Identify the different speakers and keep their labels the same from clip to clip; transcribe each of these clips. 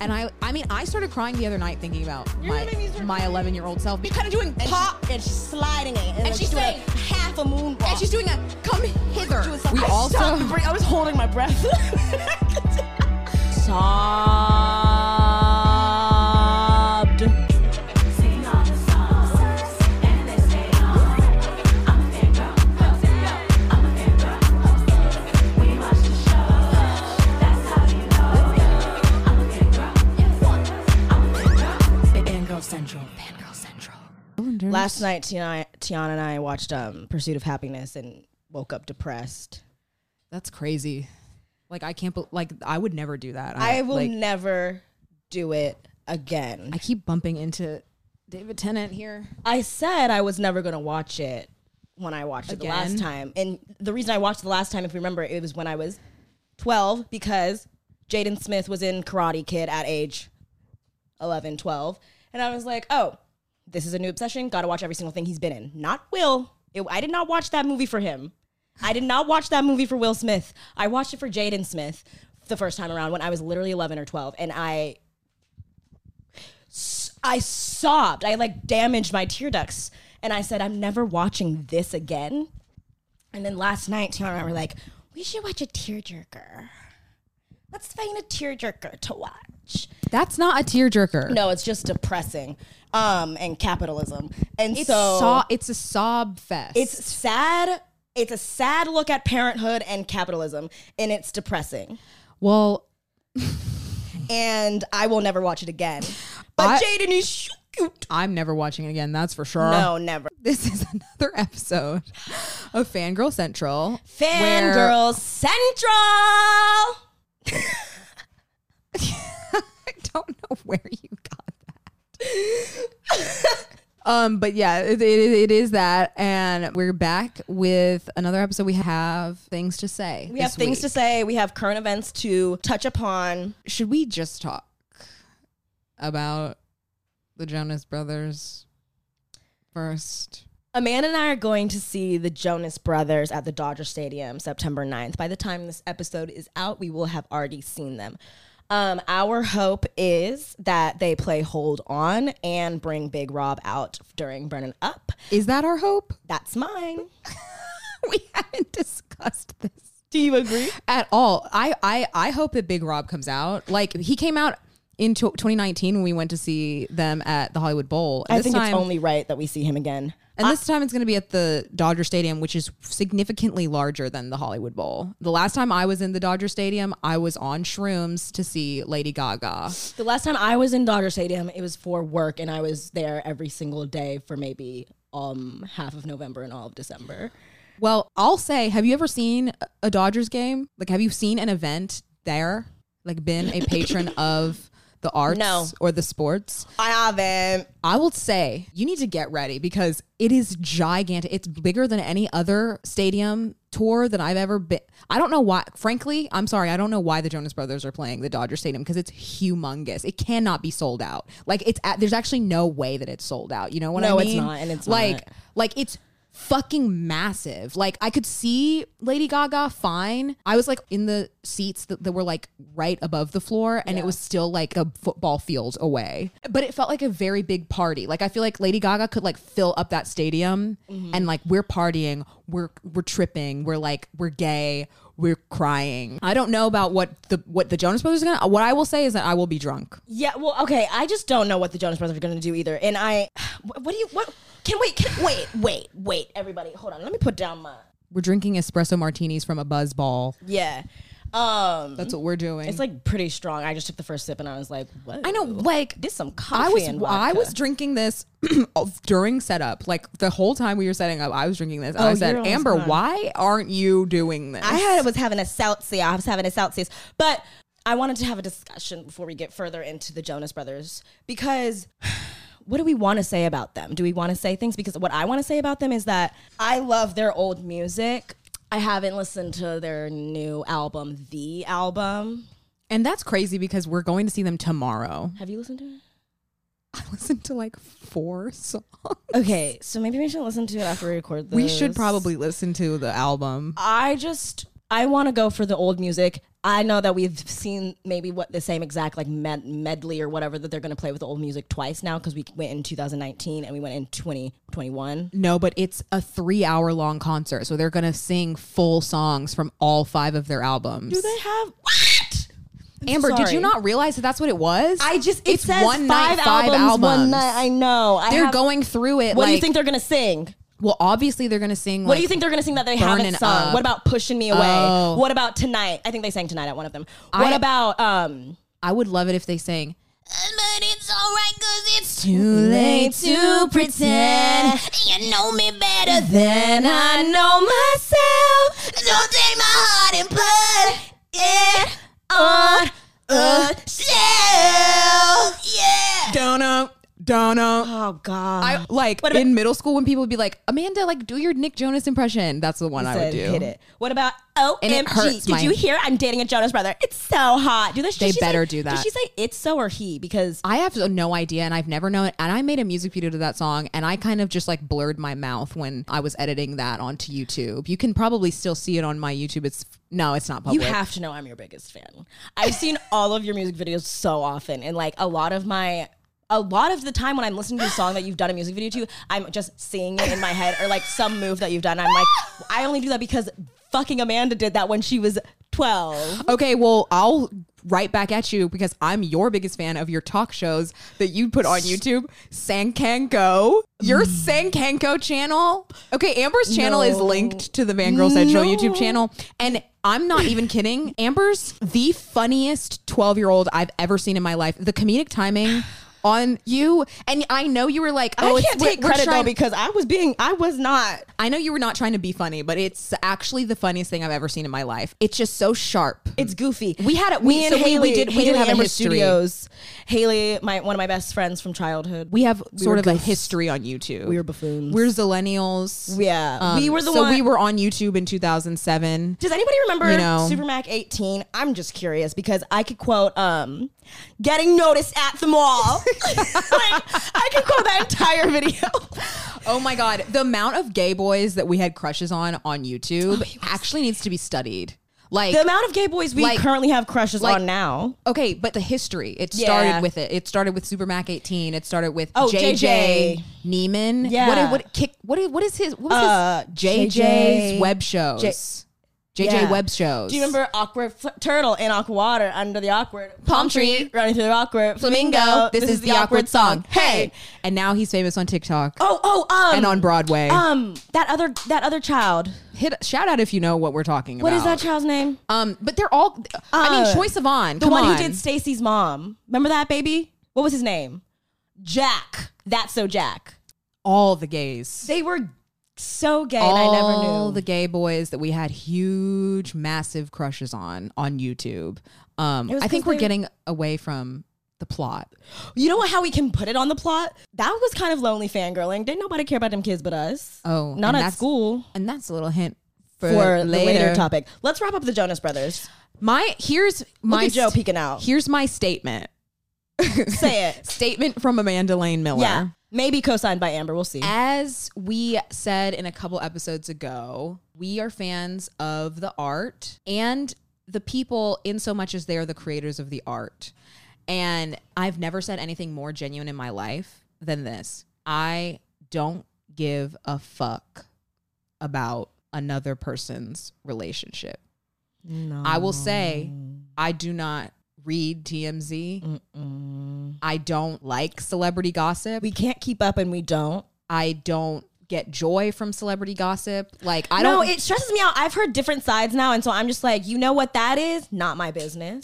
Speaker 1: and I, I mean, I started crying the other night thinking about my my 11 year old self. Because
Speaker 2: kind of doing pop and she's sliding it and,
Speaker 1: she's
Speaker 2: she's doing
Speaker 1: saying-
Speaker 2: a half a moonwalk
Speaker 1: and she's doing a come hither.
Speaker 2: She was like,
Speaker 1: we
Speaker 2: I
Speaker 1: also
Speaker 2: stopped to breathe. I was holding my breath.
Speaker 1: sobbed.
Speaker 2: Fangirl Central. Fangirl Central. Last night, Tiana, Tiana and I watched um, Pursuit of Happiness and woke up depressed.
Speaker 1: That's crazy. Like I can't. bel like I would never do that.
Speaker 2: I will
Speaker 1: like,
Speaker 2: never do it again.
Speaker 1: I keep bumping into David Tennant here.
Speaker 2: I said I was never gonna watch it when I watched it the last
Speaker 1: Again?
Speaker 2: time, and the reason I watched it the last time, if you remember, it was when I was twelve because Jaden Smith was in Karate Kid at age 11, 12. and I was like, oh, this is a new obsession. Got to watch every single thing he's been in. Not Will. It- I did not watch that movie for him. I did not watch that movie for Will Smith. I watched it for Jaden Smith the first time around when I was literally eleven or twelve, and I I sobbed. I like damaged my tear ducts. And I said, I'm never watching this again. And then last night, Tiana and I were like, we should watch a tearjerker. Let's find a tearjerker to watch.
Speaker 1: That's not a tearjerker.
Speaker 2: No, it's just depressing. Um, and capitalism. And
Speaker 1: it's
Speaker 2: so
Speaker 1: so- It's a sob fest.
Speaker 2: it's sad. It's a sad look at parenthood and capitalism, and it's depressing.
Speaker 1: well.
Speaker 2: And I will never watch it again. But
Speaker 1: I- Uh-huh.
Speaker 2: Jaden is so cute.
Speaker 1: I'm never watching it again. That's for sure.
Speaker 2: No, never.
Speaker 1: This is another episode of Fangirl Central. where-
Speaker 2: Fangirl Central.
Speaker 1: I don't know where you got that. um, but yeah, it, it, it is that, and we're back with another episode. We have things to say.
Speaker 2: We have things to say. We have current events to touch upon.
Speaker 1: Should we just talk about the Jonas Brothers first?
Speaker 2: Amanda and I are going to see the Jonas Brothers at the Dodger Stadium September 9th. By the time this episode is out, we will have already seen them. Um, our hope is that they play Hold On and bring Big Rob out during Burnin' Up.
Speaker 1: Is that our hope?
Speaker 2: That's mine.
Speaker 1: we haven't discussed this
Speaker 2: Do you agree?
Speaker 1: at all. I I I hope that Big Rob comes out. Like he came out in tw 2019 when we went to see them at the Hollywood Bowl. And
Speaker 2: I
Speaker 1: this
Speaker 2: think
Speaker 1: time,
Speaker 2: it's only right that we see him again.
Speaker 1: and this time it's going to be at the Dodger Stadium, which is significantly larger than the Hollywood Bowl. The last time I was in the Dodger Stadium, I was on shrooms to see Lady Gaga.
Speaker 2: The last time I was in Dodger Stadium, it was for work, and I was there every single day for maybe um half of November and all of December.
Speaker 1: Well, I'll say, have you ever seen a Dodgers game? Like, have you seen an event there? Like, been a patron of the arts
Speaker 2: No.
Speaker 1: or the sports?
Speaker 2: I haven't.
Speaker 1: I will say you need to get ready because it is gigantic. It's bigger than any other stadium tour that I've ever been. I don't know why. Frankly, I'm sorry. I don't know why the Jonas Brothers are playing the Dodger Stadium because it's humongous. It cannot be sold out. Like it's at, there's actually no way that it's sold out. You know what
Speaker 2: No,
Speaker 1: I
Speaker 2: it's
Speaker 1: mean?
Speaker 2: not, and it's
Speaker 1: like
Speaker 2: not.
Speaker 1: like it's fucking massive. Like I could see Lady Gaga fine. I was like in the seats that, that were like right above the floor and it was still like a football field away. But it felt like a very big party. Like I feel like Lady Gaga could like fill up that stadium
Speaker 2: Mm-hmm.
Speaker 1: and like we're partying, we're we're tripping, we're like we're gay, we're crying. I don't know about what the what the Jonas Brothers are going to what I will say is that I will be drunk.
Speaker 2: Yeah, well, okay. I just don't know what the Jonas Brothers are going to do either. And I, what what do you, what, can wait, can, wait, wait, wait, everybody. Hold on. Let me put down my,
Speaker 1: We're drinking espresso martinis from a buzz ball.
Speaker 2: yeah. Um,
Speaker 1: That's what we're doing.
Speaker 2: it's like pretty strong. I just took the first sip and I was like, what?
Speaker 1: I know, like
Speaker 2: This some coffee
Speaker 1: I was
Speaker 2: and
Speaker 1: I
Speaker 2: vodka.
Speaker 1: was drinking this of- during setup, like the whole time we were setting up. I was drinking this. I said,
Speaker 2: Oh, you're almost
Speaker 1: Amber,
Speaker 2: done.
Speaker 1: why aren't you doing this?
Speaker 2: I had, was having a Celsius. I was having a Celsius. But I wanted to have a discussion before we get further into the Jonas Brothers because what do we want to say about them? Do we want to say things? Because what I want to say about them is that I love their old music. I haven't listened to their new album, The Album.
Speaker 1: and that's crazy because we're going to see them tomorrow.
Speaker 2: Have you listened to it?
Speaker 1: I listened to like four songs.
Speaker 2: Okay, so maybe we should listen to it after we record this.
Speaker 1: We should probably listen to the album.
Speaker 2: I just I want to go for the old music. I know that we've seen maybe what the same exact like med- medley or whatever that they're going to play with the old music twice now because we went in 2019 and we went in 2021.
Speaker 1: No, but it's a three-hour-long concert, so they're gonna sing full songs from all five of their albums.
Speaker 2: Do they have what?
Speaker 1: Amber, did
Speaker 2: Sorry.
Speaker 1: you not realize that that's what it was?
Speaker 2: I just it
Speaker 1: it's
Speaker 2: says
Speaker 1: one
Speaker 2: five
Speaker 1: night, five
Speaker 2: albums,
Speaker 1: albums.
Speaker 2: one night. I know. I
Speaker 1: they're
Speaker 2: have-
Speaker 1: going through it.
Speaker 2: What do you
Speaker 1: like-
Speaker 2: think they're going to sing?
Speaker 1: Well, obviously they're gonna sing.
Speaker 2: What
Speaker 1: like,
Speaker 2: do you think they're going to sing that they
Speaker 1: Burning
Speaker 2: haven't sung?
Speaker 1: Up.
Speaker 2: What about pushing me away?
Speaker 1: Oh.
Speaker 2: What about tonight? I think they sang tonight at one of them. What
Speaker 1: I-
Speaker 2: about um?
Speaker 1: I would love it if they sang.
Speaker 3: But it's alright cause it's
Speaker 1: Too
Speaker 2: late to pretend.
Speaker 3: You know me better
Speaker 2: Then I know myself.
Speaker 3: Don't take my heart and put it on a shelf Yeah
Speaker 1: Donna, Donna.
Speaker 2: Oh God!
Speaker 1: I like
Speaker 2: What about-
Speaker 1: in middle school when people would be like, Amanda, like do your Nick Jonas impression. That's the one I would
Speaker 2: said,
Speaker 1: do.
Speaker 2: hit it. What about OMG?
Speaker 1: And it hurts
Speaker 2: Did
Speaker 1: my-
Speaker 2: you hear? I'm dating a Jonas brother. It's so hot. Do this.
Speaker 1: They
Speaker 2: did she
Speaker 1: better
Speaker 2: say,
Speaker 1: do
Speaker 2: Did
Speaker 1: that.
Speaker 2: she say it's so or he? Because
Speaker 1: I have no idea and I've never known. And I made a music video to that song and I kind of just like blurred my mouth when I was editing that onto YouTube. You can probably still see it on my YouTube. It's no, it's not
Speaker 2: you
Speaker 1: public.
Speaker 2: have to know I'm your biggest fan. I've seen all of your music videos so often, and like a lot of my. A lot of the time when I'm listening to a song that you've done a music video to, I'm just seeing it in my head or like some move that you've done. I'm like, I only do that because fucking Amanda did that when she was 12.
Speaker 1: okay, well, I'll write back at you because I'm your biggest fan of your talk shows that you put on YouTube. Sankanko. Your Sankanko channel. Okay, Amber's channel is linked to the Fangirl Central YouTube channel. And I'm not even kidding. Amber's the funniest 12 year old I've ever seen in my life. The comedic timing on you. And I know you were like, oh,
Speaker 2: I
Speaker 1: it's-
Speaker 2: can't
Speaker 1: we're-
Speaker 2: take
Speaker 1: we're
Speaker 2: credit
Speaker 1: trying-
Speaker 2: though because I was being, I was not.
Speaker 1: I know you were not trying to be funny, but it's actually the funniest thing I've ever seen in my life. It's just so sharp.
Speaker 2: It's goofy.
Speaker 1: We had it- we-
Speaker 2: Me
Speaker 1: so we- we
Speaker 2: Haley-
Speaker 1: did- we did
Speaker 2: Haley
Speaker 1: have a
Speaker 2: Amber
Speaker 1: history.
Speaker 2: Studios. Haley, my one of my best friends from childhood.
Speaker 1: we have
Speaker 2: We
Speaker 1: sort
Speaker 2: were
Speaker 1: of a
Speaker 2: goofs.
Speaker 1: history on YouTube.
Speaker 2: We were buffoons.
Speaker 1: We're zillennials. Um,
Speaker 2: Yeah. We were the
Speaker 1: so
Speaker 2: one-
Speaker 1: we were on YouTube in 2007.
Speaker 2: Does anybody remember
Speaker 1: You know.
Speaker 2: Supermac 18? I'm just curious because I could quote um getting noticed at the mall. like, I could quote that entire video.
Speaker 1: Oh my God, the amount of gay boys that we had crushes on on YouTube actually needs to be studied. Like
Speaker 2: the amount of gay boys we
Speaker 1: Like-
Speaker 2: currently have crushes
Speaker 1: like-
Speaker 2: on now.
Speaker 1: Okay, but the history. It
Speaker 2: Yeah.
Speaker 1: started with it. It started with Supermac 18. It started with
Speaker 2: Oh,
Speaker 1: JJ,
Speaker 2: JJ.
Speaker 1: Neiman.
Speaker 2: Yeah.
Speaker 1: What what kick what is, what is his what was
Speaker 2: Uh,
Speaker 1: his JJ's
Speaker 2: JJ
Speaker 1: web shows. JJ
Speaker 2: Yeah.
Speaker 1: web shows.
Speaker 2: Do you remember Awkward Fl- Turtle in Aqua Water under the awkward
Speaker 1: Palm tree.
Speaker 2: running through the awkward
Speaker 1: Flamingo? This, is, the awkward song. Hey. And now he's famous on TikTok
Speaker 2: Oh, oh, um
Speaker 1: and on Broadway.
Speaker 2: Um, that other that other child.
Speaker 1: hit shout out if you know what we're talking
Speaker 2: What
Speaker 1: about.
Speaker 2: is that child's name?
Speaker 1: Um, but they're all. I mean,
Speaker 2: Uh,
Speaker 1: Choice Yvonne.
Speaker 2: the
Speaker 1: come
Speaker 2: one
Speaker 1: on.
Speaker 2: who did Stacy's mom. Remember that baby? What was his name? Jack. That's so Jack.
Speaker 1: all the gays.
Speaker 2: They were so gay,
Speaker 1: all
Speaker 2: and I never knew.
Speaker 1: the gay boys that we had huge, massive crushes on on YouTube. Um,
Speaker 2: It was
Speaker 1: I think
Speaker 2: 'cause
Speaker 1: we're
Speaker 2: they-
Speaker 1: getting away from the plot.
Speaker 2: you know how we can put it on the plot? That was kind of lonely fangirling. Didn't nobody care about them kids but us.
Speaker 1: Oh,
Speaker 2: not
Speaker 1: and
Speaker 2: at
Speaker 1: that's-
Speaker 2: school.
Speaker 1: And that's a little hint for,
Speaker 2: For the later topic, let's wrap up the Jonas Brothers.
Speaker 1: My here's my
Speaker 2: at Joe
Speaker 1: st-
Speaker 2: peeking out.
Speaker 1: Here's my statement.
Speaker 2: Say it.
Speaker 1: Statement from Amanda Lane Miller.
Speaker 2: Yeah. Maybe co-signed by Amber. We'll see.
Speaker 1: As we said in a couple episodes ago, we are fans of the art and the people in so much as they are the creators of the art. And I've never said anything more genuine in my life than this. I don't give a fuck about another person's relationship. I will say I do not read TMZ. I don't like celebrity gossip.
Speaker 2: we can't keep up, and we don't.
Speaker 1: I don't get joy from celebrity gossip. Like I
Speaker 2: no,
Speaker 1: don't.
Speaker 2: it stresses me out. I've heard different sides now, and so I'm just like, you know what that is? Not my business.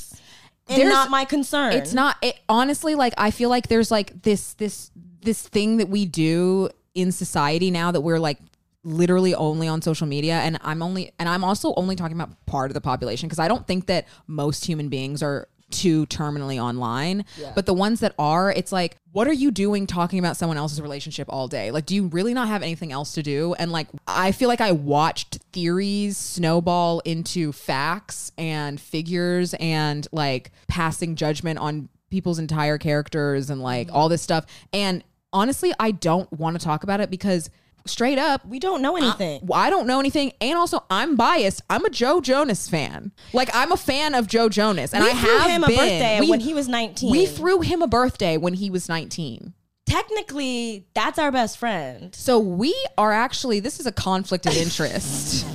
Speaker 2: And
Speaker 1: There's-
Speaker 2: not my concern.
Speaker 1: it's not. It honestly, like I feel like there's like this this this thing that we do in society now that we're like literally only on social media and I'm only and I'm also only talking about part of the population because I don't think that most human beings are too terminally online but the ones that are it's like what are you doing talking about someone else's relationship all day like do you really not have anything else to do and like I feel like I watched theories snowball into facts and figures and like passing judgment on people's entire characters and like
Speaker 2: Mm-hmm.
Speaker 1: all this stuff and honestly I don't want to talk about it because straight up
Speaker 2: we don't know anything.
Speaker 1: well, I don't know anything, and also I'm biased. I'm a Joe Jonas fan. Like I'm a fan of Joe Jonas, and
Speaker 2: we
Speaker 1: I
Speaker 2: threw
Speaker 1: have
Speaker 2: him
Speaker 1: been.
Speaker 2: a birthday
Speaker 1: We-
Speaker 2: when he was 19.
Speaker 1: We threw him a birthday when he was 19.
Speaker 2: Technically, that's our best friend.
Speaker 1: So we are actually this is a conflict of interest.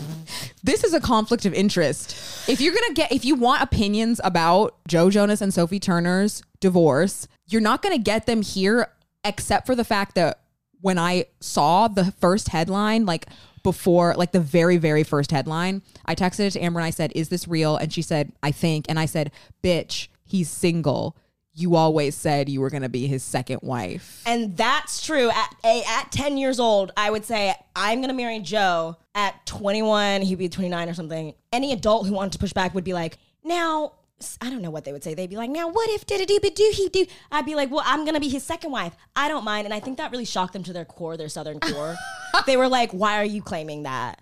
Speaker 1: this is a conflict of interest. If you're gonna get if you want opinions about Joe Jonas and Sophie Turner's divorce, you're not gonna get them here except for the fact that when I saw the first headline, like before, like the very, very first headline, I texted it to Amber and I said, Is this real? And she said, I think. And I said, Bitch, he's single. You always said you were gonna be his second wife.
Speaker 2: And that's true. At a, at 10 years old, I would say I'm going to marry Joe. At 21, he'd be 29 or something. Any adult who wanted to push back would be like, now, s- I don't know what they would say. They'd be like, now what if did do but do he do? I'd be like, well, I'm going to be his second wife. I don't mind. And I think that really shocked them to their core, their southern core. they were like, why are you claiming that?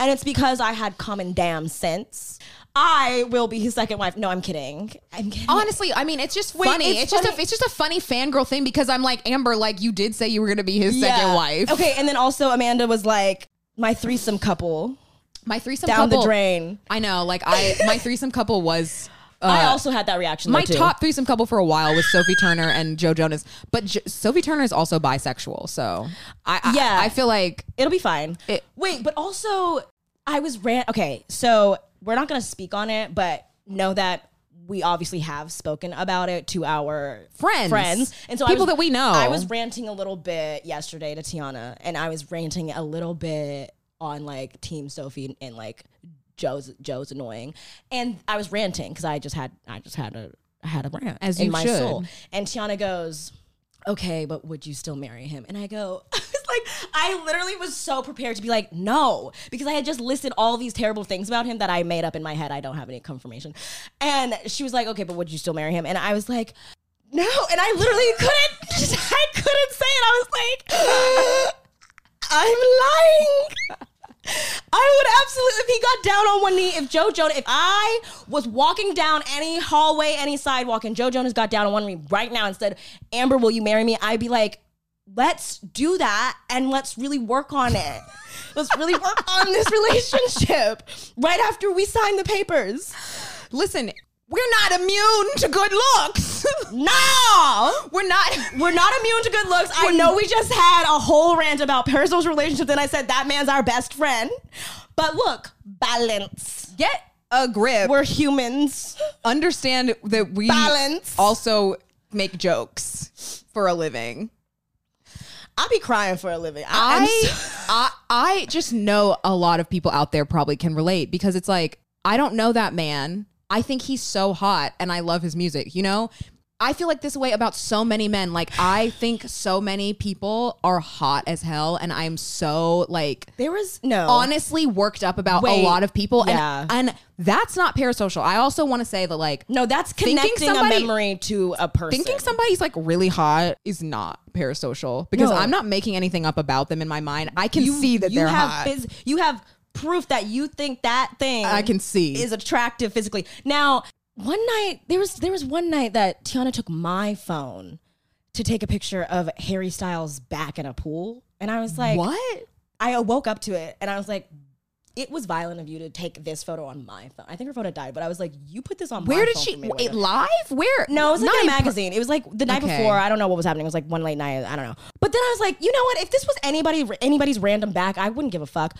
Speaker 2: And it's because I had common damn sense. I will be his second wife. No, I'm kidding. I'm kidding.
Speaker 1: Honestly, I mean, it's just funny. It's,
Speaker 2: it's
Speaker 1: just a,
Speaker 2: funny-
Speaker 1: it's just a funny fangirl thing because I'm like Amber, like you did say you were gonna be his second
Speaker 2: Yeah.
Speaker 1: wife.
Speaker 2: Okay, and then also Amanda was like, my threesome couple
Speaker 1: my threesome
Speaker 2: down
Speaker 1: couple,
Speaker 2: the drain.
Speaker 1: I know, like I my threesome couple was
Speaker 2: I also had that reaction.
Speaker 1: Uh, my
Speaker 2: though, too.
Speaker 1: top threesome couple for a while was Sophie Turner and Joe Jonas, but jo- Sophie Turner is also bisexual, so I, I
Speaker 2: Yeah.
Speaker 1: I feel like
Speaker 2: It'll be fine.
Speaker 1: It-
Speaker 2: Wait, but also I was rant. Okay, so we're not gonna speak on it, but know that we obviously have spoken about it to our
Speaker 1: Friends.
Speaker 2: friends, and so I
Speaker 1: People
Speaker 2: was-
Speaker 1: that we know.
Speaker 2: I was ranting a little bit yesterday to Tiana, and I was ranting a little bit on like Team Sophie and like Joe's Joe's annoying, and I was ranting because I just had I just had a I had a rant
Speaker 1: As
Speaker 2: in
Speaker 1: you
Speaker 2: my
Speaker 1: should.
Speaker 2: soul, and Tiana goes, okay, but would you still marry him? And I go, I was like, I literally was so prepared to be like, no, because I had just listed all these terrible things about him that I made up in my head. I don't have any confirmation. And she was like, okay, but would you still marry him? And I was like, no. And I literally couldn't, I couldn't say it. I was like, I'm lying. I would absolutely, if he got down on one knee, if Joe Jonas, if I was walking down any hallway, any sidewalk, and Joe Jonas got down on one knee right now and said, Amber, will you marry me? I'd be like, let's do that and let's really work on it. let's really work on this relationship right after we sign the papers.
Speaker 1: listen, we're not immune to good looks.
Speaker 2: No!
Speaker 1: we're not.
Speaker 2: We're not immune to good looks. I know we just had a whole rant about Parasol's relationship. Then I said that man's our best friend. But look, balance.
Speaker 1: Get a grip.
Speaker 2: We're humans.
Speaker 1: understand that we
Speaker 2: Balance.
Speaker 1: also make jokes for a living.
Speaker 2: I be crying for a living. I, am
Speaker 1: I,
Speaker 2: so-
Speaker 1: I I just know a lot of people out there probably can relate because it's like I don't know that man. I think he's so hot and I love his music, you know? I feel like this way about so many men. Like I think so many people are hot as hell and I'm so like
Speaker 2: there was no
Speaker 1: honestly worked up about a
Speaker 2: Wait,
Speaker 1: lot of people
Speaker 2: yeah.
Speaker 1: and and that's not parasocial. I also want to say that like
Speaker 2: No, that's
Speaker 1: Thinking
Speaker 2: connecting
Speaker 1: somebody-
Speaker 2: a memory to a person.
Speaker 1: Thinking somebody's like really hot is not parasocial because
Speaker 2: No.
Speaker 1: I'm not making anything up about them in my mind. I can
Speaker 2: you,
Speaker 1: see that
Speaker 2: you
Speaker 1: they're
Speaker 2: have
Speaker 1: hot.
Speaker 2: phys- you have proof that you think that thing
Speaker 1: I can see.
Speaker 2: is attractive physically. Now, one night there was there was one night that Tiana took my phone to take a picture of Harry Styles back in a pool. And I was like,
Speaker 1: what?
Speaker 2: I woke up to it and I was like, it was violent of you to take this photo on my phone. I think her photo died, but I was like, you put this on my
Speaker 1: Where did
Speaker 2: phone
Speaker 1: she?
Speaker 2: for me to
Speaker 1: w-
Speaker 2: look
Speaker 1: It
Speaker 2: at.
Speaker 1: live? Where?
Speaker 2: No, it was like in a
Speaker 1: in per-
Speaker 2: magazine. It was like the night
Speaker 1: Okay.
Speaker 2: before. I don't know what was happening. It was like one late night. I don't know. But then I was like, you know what? If this was anybody, anybody's random back, I wouldn't give a fuck.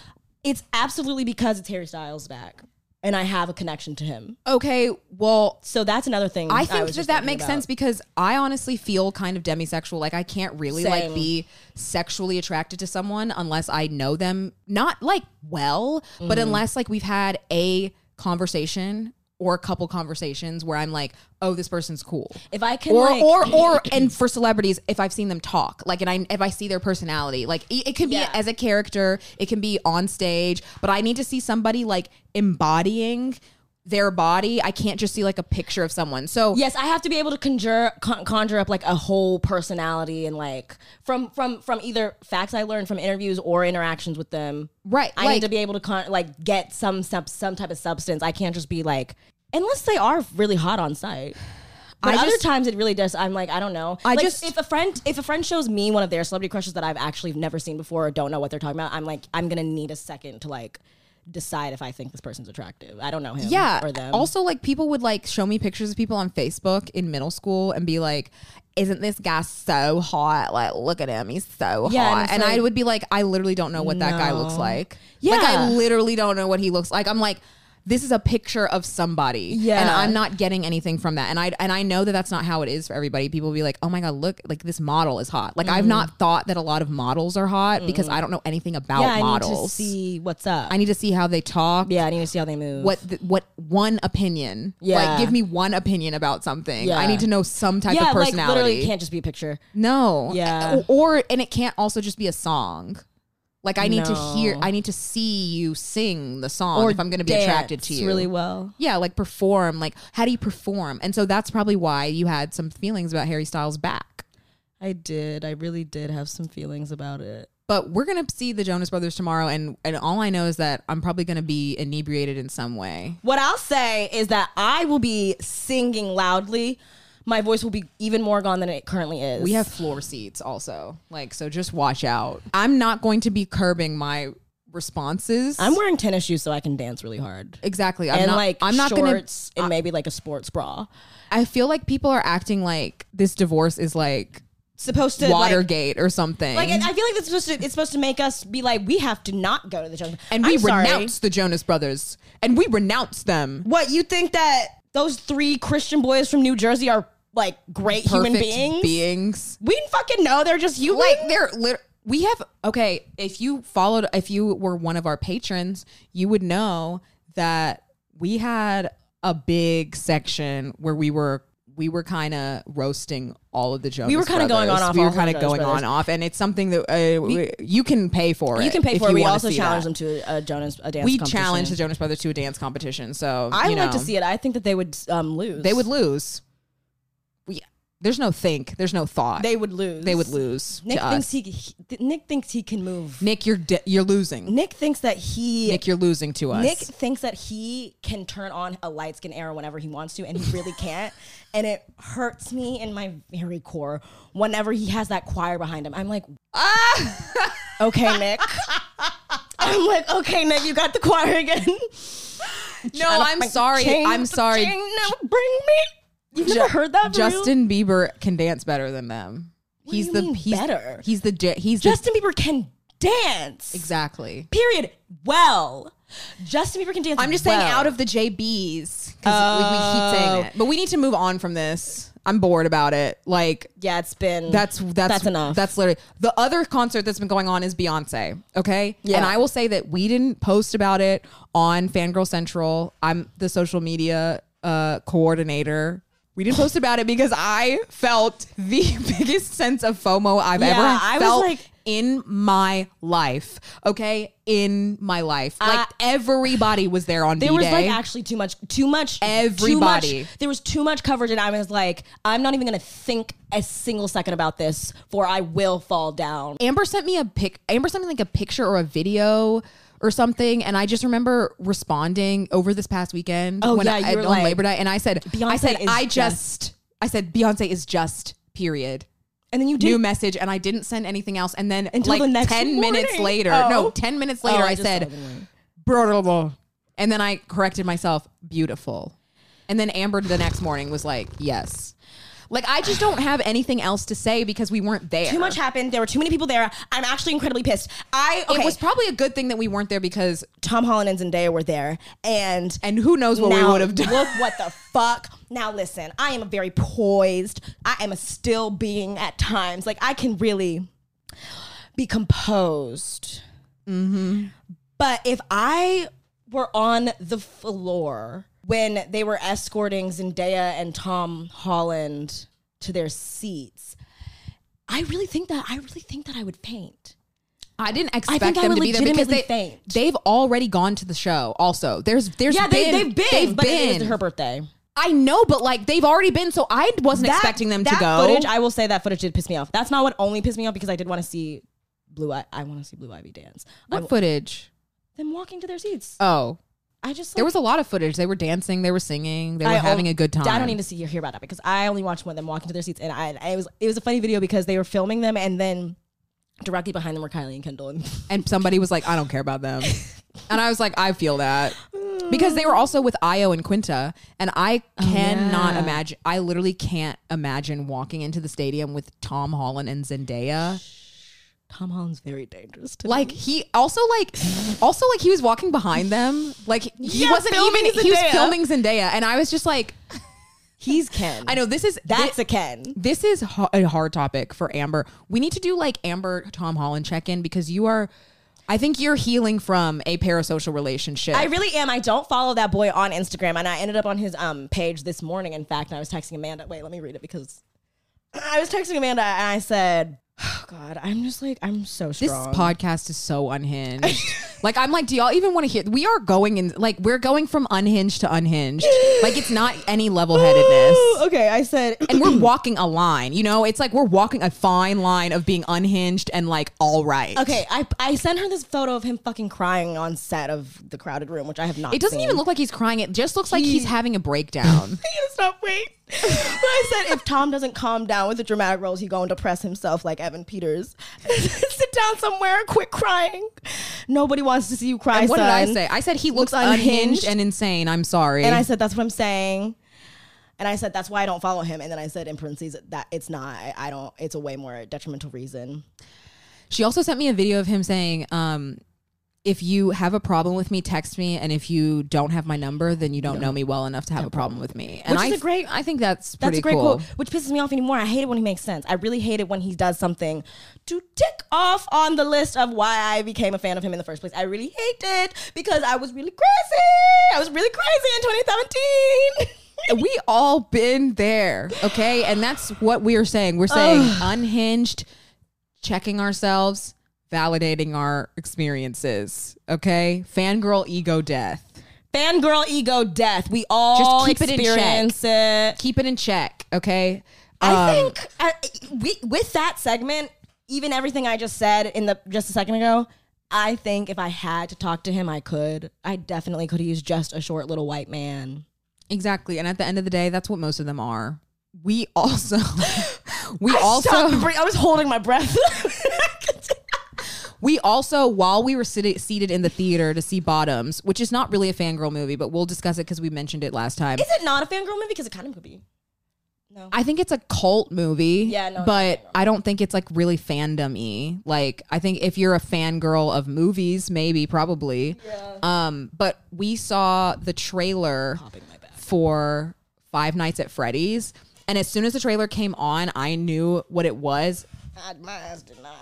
Speaker 2: It's absolutely because it's Harry Styles back, and I have a connection to him.
Speaker 1: Okay, well,
Speaker 2: So that's another thing.
Speaker 1: I think
Speaker 2: was
Speaker 1: that
Speaker 2: just
Speaker 1: that
Speaker 2: thinking
Speaker 1: makes
Speaker 2: about.
Speaker 1: sense because I honestly feel kind of demisexual. Like I can't really like
Speaker 2: Same.
Speaker 1: be sexually attracted to someone unless I know them, not like well,
Speaker 2: Mm.
Speaker 1: but unless like we've had a conversation or a couple conversations where I'm like, oh, this person's cool.
Speaker 2: If I can,
Speaker 1: Or,
Speaker 2: like-
Speaker 1: or or and for celebrities, if I've seen them talk, like, and I if I see their personality, like e, it, it could be
Speaker 2: Yeah.
Speaker 1: as a character, it can be on stage, but I need to see somebody like embodying their body. I can't just see like a picture of someone. So
Speaker 2: Yes, I have to be able to conjure con- conjure up like a whole personality and like from from from either facts I learned from interviews or interactions with them.
Speaker 1: Right,
Speaker 2: I
Speaker 1: like-
Speaker 2: need to be able to con- like get some sub- some type of substance. I can't just be like unless they are really hot on site. But
Speaker 1: I
Speaker 2: other
Speaker 1: just-
Speaker 2: times it really does. I'm like I don't know.
Speaker 1: I
Speaker 2: Like,
Speaker 1: just-
Speaker 2: if a friend if a friend shows me one of their celebrity crushes that I've actually never seen before or don't know what they're talking about, I'm like I'm gonna need a second to like decide if I think this person's attractive. I don't know him.
Speaker 1: yeah.
Speaker 2: or them.
Speaker 1: Also, like people would like show me pictures of people on Facebook in middle school and be like, "Isn't this guy so hot? Like, look at him. He's so
Speaker 2: Yeah, and
Speaker 1: hot."
Speaker 2: it's
Speaker 1: And, I
Speaker 2: like-
Speaker 1: would be like, "I literally don't know what that guy looks
Speaker 2: No.
Speaker 1: like. Like, I
Speaker 2: Yeah.
Speaker 1: literally don't know what he looks like." I'm like. This is a picture of somebody,
Speaker 2: Yeah.
Speaker 1: and I'm not getting anything from that. And I and I know that that's not how it is for everybody. People be like, "Oh my god, look! Like this model is hot." Like I've
Speaker 2: Mm-hmm.
Speaker 1: not thought that a lot of models are hot because I don't know anything about
Speaker 2: yeah,
Speaker 1: models.
Speaker 2: I need to see what's up.
Speaker 1: I need to see how they talk.
Speaker 2: Yeah, I need to see how they move.
Speaker 1: what th- what one opinion
Speaker 2: Yeah.
Speaker 1: like give me one opinion about something
Speaker 2: Yeah.
Speaker 1: i need to know some type
Speaker 2: yeah,
Speaker 1: of
Speaker 2: like literally,
Speaker 1: personality
Speaker 2: it can't just be a picture.
Speaker 1: no
Speaker 2: Yeah.
Speaker 1: or, or- and it can't also just be a song like i need to hear
Speaker 2: No.
Speaker 1: i need to see you sing the song if i'm going to be attracted to
Speaker 2: dance
Speaker 1: you
Speaker 2: really well.
Speaker 1: yeah like perform like how do you perform and so that's probably why you had some feelings about harry styles back
Speaker 2: I did. I really did have some feelings about it.
Speaker 1: but we're gonna see the Jonas Brothers tomorrow, and and all I know is that I'm probably gonna be inebriated in some way.
Speaker 2: What I'll say is that I will be singing loudly. My voice will be even more gone than it currently is.
Speaker 1: We have floor seats also. Like, so just watch out. I'm not going to be curbing my responses.
Speaker 2: I'm wearing tennis shoes so I can dance really hard.
Speaker 1: exactly. I'm
Speaker 2: and
Speaker 1: not,
Speaker 2: like
Speaker 1: I'm not gonna
Speaker 2: shorts and maybe like a sports bra.
Speaker 1: I feel like people are acting like this divorce is like
Speaker 2: Supposed to like-
Speaker 1: Watergate or something.
Speaker 2: Like, I I feel like it's supposed to it's supposed to make us be like we have to not go to the show.
Speaker 1: and we
Speaker 2: I'm sorry.
Speaker 1: renounce the Jonas Brothers. And we renounce them.
Speaker 2: What you think that those three Christian boys from New Jersey are like great human
Speaker 1: Perfect
Speaker 2: beings?
Speaker 1: beings.
Speaker 2: We fucking know they're just human.
Speaker 1: Like they're lit- we have okay, if you followed if you were one of our patrons, you would know that we had a big section where we were we were kind of roasting all of the Jonas.
Speaker 2: were
Speaker 1: kind
Speaker 2: kinda
Speaker 1: of
Speaker 2: going on off
Speaker 1: We were
Speaker 2: all the
Speaker 1: kind of
Speaker 2: Jonas
Speaker 1: going
Speaker 2: Brothers.
Speaker 1: on off, and it's something that uh, we- you can pay for.
Speaker 2: you can pay
Speaker 1: if
Speaker 2: for it. We
Speaker 1: wanna
Speaker 2: also
Speaker 1: see
Speaker 2: challenge
Speaker 1: that.
Speaker 2: them to a Jonas a dance.
Speaker 1: We
Speaker 2: competition.
Speaker 1: challenge the Jonas Brothers to a dance competition. So
Speaker 2: I
Speaker 1: you
Speaker 2: would like to
Speaker 1: know,
Speaker 2: see it. I think that they would um, lose.
Speaker 1: They would lose. We, there's no think. There's no thought.
Speaker 2: They would lose.
Speaker 1: they would lose
Speaker 2: Nick
Speaker 1: to
Speaker 2: thinks
Speaker 1: us.
Speaker 2: he, he- Nick thinks he can move.
Speaker 1: Nick, you're de- you're losing.
Speaker 2: Nick thinks that he.
Speaker 1: Nick, you're losing to us.
Speaker 2: Nick thinks that he can turn on a light skin arrow whenever he wants to, and he really can't. And it hurts me in my very core whenever he has that choir behind him. I'm like,
Speaker 1: ah!
Speaker 2: okay, Nick. I'm like, okay, Nick, you got the choir again.
Speaker 1: no, I'm sorry. I'm sorry.
Speaker 2: bring me. You've never heard that? for real?
Speaker 1: Justin Bieber can dance better than them.
Speaker 2: do
Speaker 1: he's
Speaker 2: you
Speaker 1: the
Speaker 2: mean
Speaker 1: he's,
Speaker 2: better?
Speaker 1: He's the ja- he's the-
Speaker 2: Justin Bieber can dance.
Speaker 1: exactly.
Speaker 2: Period. Well, Justin Bieber can dance.
Speaker 1: I'm just saying out of the JBs because we, we keep saying that. But we need to move on from this. I'm bored about it. Like
Speaker 2: yeah, it's been
Speaker 1: that's that's
Speaker 2: Mm. that's enough.
Speaker 1: That's literally the other concert that's been going on is Beyonce. Okay,
Speaker 2: Yeah.
Speaker 1: and I will say that we didn't post about it on Fangirl Central. I'm the social media uh, coordinator. We didn't post about it because I felt the biggest sense of FOMO I've
Speaker 2: Yeah,
Speaker 1: ever
Speaker 2: I was
Speaker 1: felt
Speaker 2: like-
Speaker 1: in my life. Okay, in my life, like everybody was there on
Speaker 2: there
Speaker 1: B-Day.
Speaker 2: was like actually too much, too much. too
Speaker 1: Everybody.
Speaker 2: much- there was too much coverage, and I was like, I'm not even gonna think a single second about this, for I will fall down.
Speaker 1: Amber sent me a pic. Amber sent me like a picture or a video or something, and I just remember responding over this past weekend.
Speaker 2: Oh,
Speaker 1: when
Speaker 2: yeah,
Speaker 1: I,
Speaker 2: you
Speaker 1: I-
Speaker 2: were
Speaker 1: on
Speaker 2: like,
Speaker 1: Labor Day, and I said, I
Speaker 2: Beyonce
Speaker 1: said,
Speaker 2: is
Speaker 1: I just, I said, Beyonce is just period.
Speaker 2: And then you
Speaker 1: new
Speaker 2: did.
Speaker 1: message and I didn't send anything else. And then
Speaker 2: Until
Speaker 1: like
Speaker 2: the next
Speaker 1: 10 minutes
Speaker 2: morning.
Speaker 1: later,
Speaker 2: Oh.
Speaker 1: no, 10 minutes
Speaker 2: Oh,
Speaker 1: later, I,
Speaker 2: I just
Speaker 1: said,
Speaker 2: saw the word.
Speaker 1: blah, blah, blah. and then I corrected myself, beautiful. And then Amber the next morning was like, yes. Like, I just don't have anything else to say because we weren't there.
Speaker 2: Too much happened. There were too many people there. I'm actually incredibly pissed. I okay.
Speaker 1: It was probably a good thing that we weren't there because,
Speaker 2: Tom Holland and Zendaya were there, and
Speaker 1: and who knows what
Speaker 2: now
Speaker 1: we would have done.
Speaker 2: look what the fuck. Now listen, I am very poised. I am a still being at times. Like I can really be composed. Mm-hmm. But if I were on the floor when they were escorting Zendaya and Tom Holland to their seats, I really think that I really think that I would faint.
Speaker 1: I didn't
Speaker 2: I
Speaker 1: expect
Speaker 2: think I
Speaker 1: them
Speaker 2: would
Speaker 1: to be there because they,
Speaker 2: legitimately faint.
Speaker 1: they've already gone to the show. Also, there's there's
Speaker 2: yeah, they,
Speaker 1: been,
Speaker 2: they've been,
Speaker 1: they've
Speaker 2: but
Speaker 1: been.
Speaker 2: it was her birthday.
Speaker 1: I know, but like they've already been, so I wasn't
Speaker 2: That-
Speaker 1: expecting them to
Speaker 2: that
Speaker 1: go.
Speaker 2: Footage, I will say that footage did piss me off. That's not what only pissed me off because I did want to see Blue. I, I want to see Blue Ivy dance. I,
Speaker 1: what footage?
Speaker 2: them walking to their seats.
Speaker 1: Oh,
Speaker 2: I just
Speaker 1: there
Speaker 2: like,
Speaker 1: was a lot of footage. They were dancing, they were singing, they were
Speaker 2: I
Speaker 1: having
Speaker 2: on-
Speaker 1: a good time.
Speaker 2: I don't need to see or hear about that because I only watched one of them walking to their seats, and I, I- it was it was a funny video because they were filming them, and then directly behind them were Kylie and Kendall, and
Speaker 1: And somebody was like, "I don't care about them," and I was like, "I feel that." Because they were also with Io and Quinta, and I
Speaker 2: Oh,
Speaker 1: cannot imagine. I literally can't imagine walking into the stadium with Tom Holland and Zendaya.
Speaker 2: Tom Holland's very dangerous. To
Speaker 1: Like he also like also like he was walking behind them. Like he
Speaker 2: Yeah,
Speaker 1: wasn't
Speaker 2: filming
Speaker 1: even he was
Speaker 2: Zendaya.
Speaker 1: filming Zendaya, and I was just like,
Speaker 2: he's Ken.
Speaker 1: I know this is
Speaker 2: that's
Speaker 1: thi-
Speaker 2: a Ken.
Speaker 1: this is ho- a hard topic for Amber. We need to do like Amber Tom Holland check in because you are, I think you're healing from a parasocial relationship.
Speaker 2: I really am. I don't follow that boy on Instagram, and I ended up on his um page this morning. In fact, and I was texting Amanda. Wait, let me read it because I was texting Amanda, and I said, "Oh God, I'm just like I'm so
Speaker 1: this
Speaker 2: strong."
Speaker 1: podcast is so unhinged. like I'm like, do y'all even want to hear? We are going in like we're going from unhinged to unhinged. like it's not any level headedness.
Speaker 2: okay, I said,
Speaker 1: And we're walking a line, you know. It's like we're walking a fine line of being unhinged and like all right.
Speaker 2: Okay, I I sent her this photo of him fucking crying on set of the crowded room, which I have not.
Speaker 1: It doesn't
Speaker 2: seen.
Speaker 1: even look like he's crying. It just looks like he's having a breakdown.
Speaker 2: I can't stop wait. But I said if Tom doesn't calm down with the dramatic roles, he going to depress himself like Evan Peters. Sit down somewhere, quit crying. Nobody wants to see you cry.
Speaker 1: And what did I
Speaker 2: son.
Speaker 1: say? I said he looks,
Speaker 2: Looks
Speaker 1: unhinged.
Speaker 2: unhinged.
Speaker 1: and insane. I'm sorry.
Speaker 2: And I said that's what I'm saying. And I said that's why I don't follow him. And then I said in parentheses that it's not. I, I don't. It's a way more detrimental reason.
Speaker 1: she also sent me a video of him saying, um, if you have a problem with me, text me, and if you don't have my number, then you don't know me well enough to have a problem with me. And
Speaker 2: Which
Speaker 1: I
Speaker 2: is a great-
Speaker 1: I think that's
Speaker 2: That's
Speaker 1: pretty
Speaker 2: a great
Speaker 1: cool.
Speaker 2: quote, which pisses me off anymore. I hate it when he makes sense. I really hate it when he does something to tick off on the list of why I became a fan of him in the first place. I really hate it because I was really crazy. I was really crazy in 2017.
Speaker 1: We all been there, okay? And that's what we are saying. We're saying unhinged, checking ourselves, validating our experiences, okay? Fangirl ego death.
Speaker 2: Fangirl ego death. We all
Speaker 1: keep it in check.
Speaker 2: experience it.
Speaker 1: Keep it in check, okay?
Speaker 2: I
Speaker 1: Um,
Speaker 2: think I, we, with that segment, even everything I just said in the just a second ago, I think if I had to talk to him, I could. I definitely could use just a short little white man.
Speaker 1: Exactly. And at the end of the day, that's what most of them are. We also we
Speaker 2: I stopped
Speaker 1: also
Speaker 2: bre- I was holding my breath.
Speaker 1: we also while we were sit- seated in the theater to see Bottoms, which is not really a fangirl movie, but we'll discuss it cuz we mentioned it last time.
Speaker 2: Is it not a fangirl movie? Because it kind of could be.
Speaker 1: I think it's a cult movie,
Speaker 2: Yeah, no, it's
Speaker 1: but I don't think it's like really fandom-y. Like I think if you're a fangirl of movies, maybe probably. Um, but we saw the trailer for Five Nights at Freddy's, and as soon as the trailer came on, I knew what it was.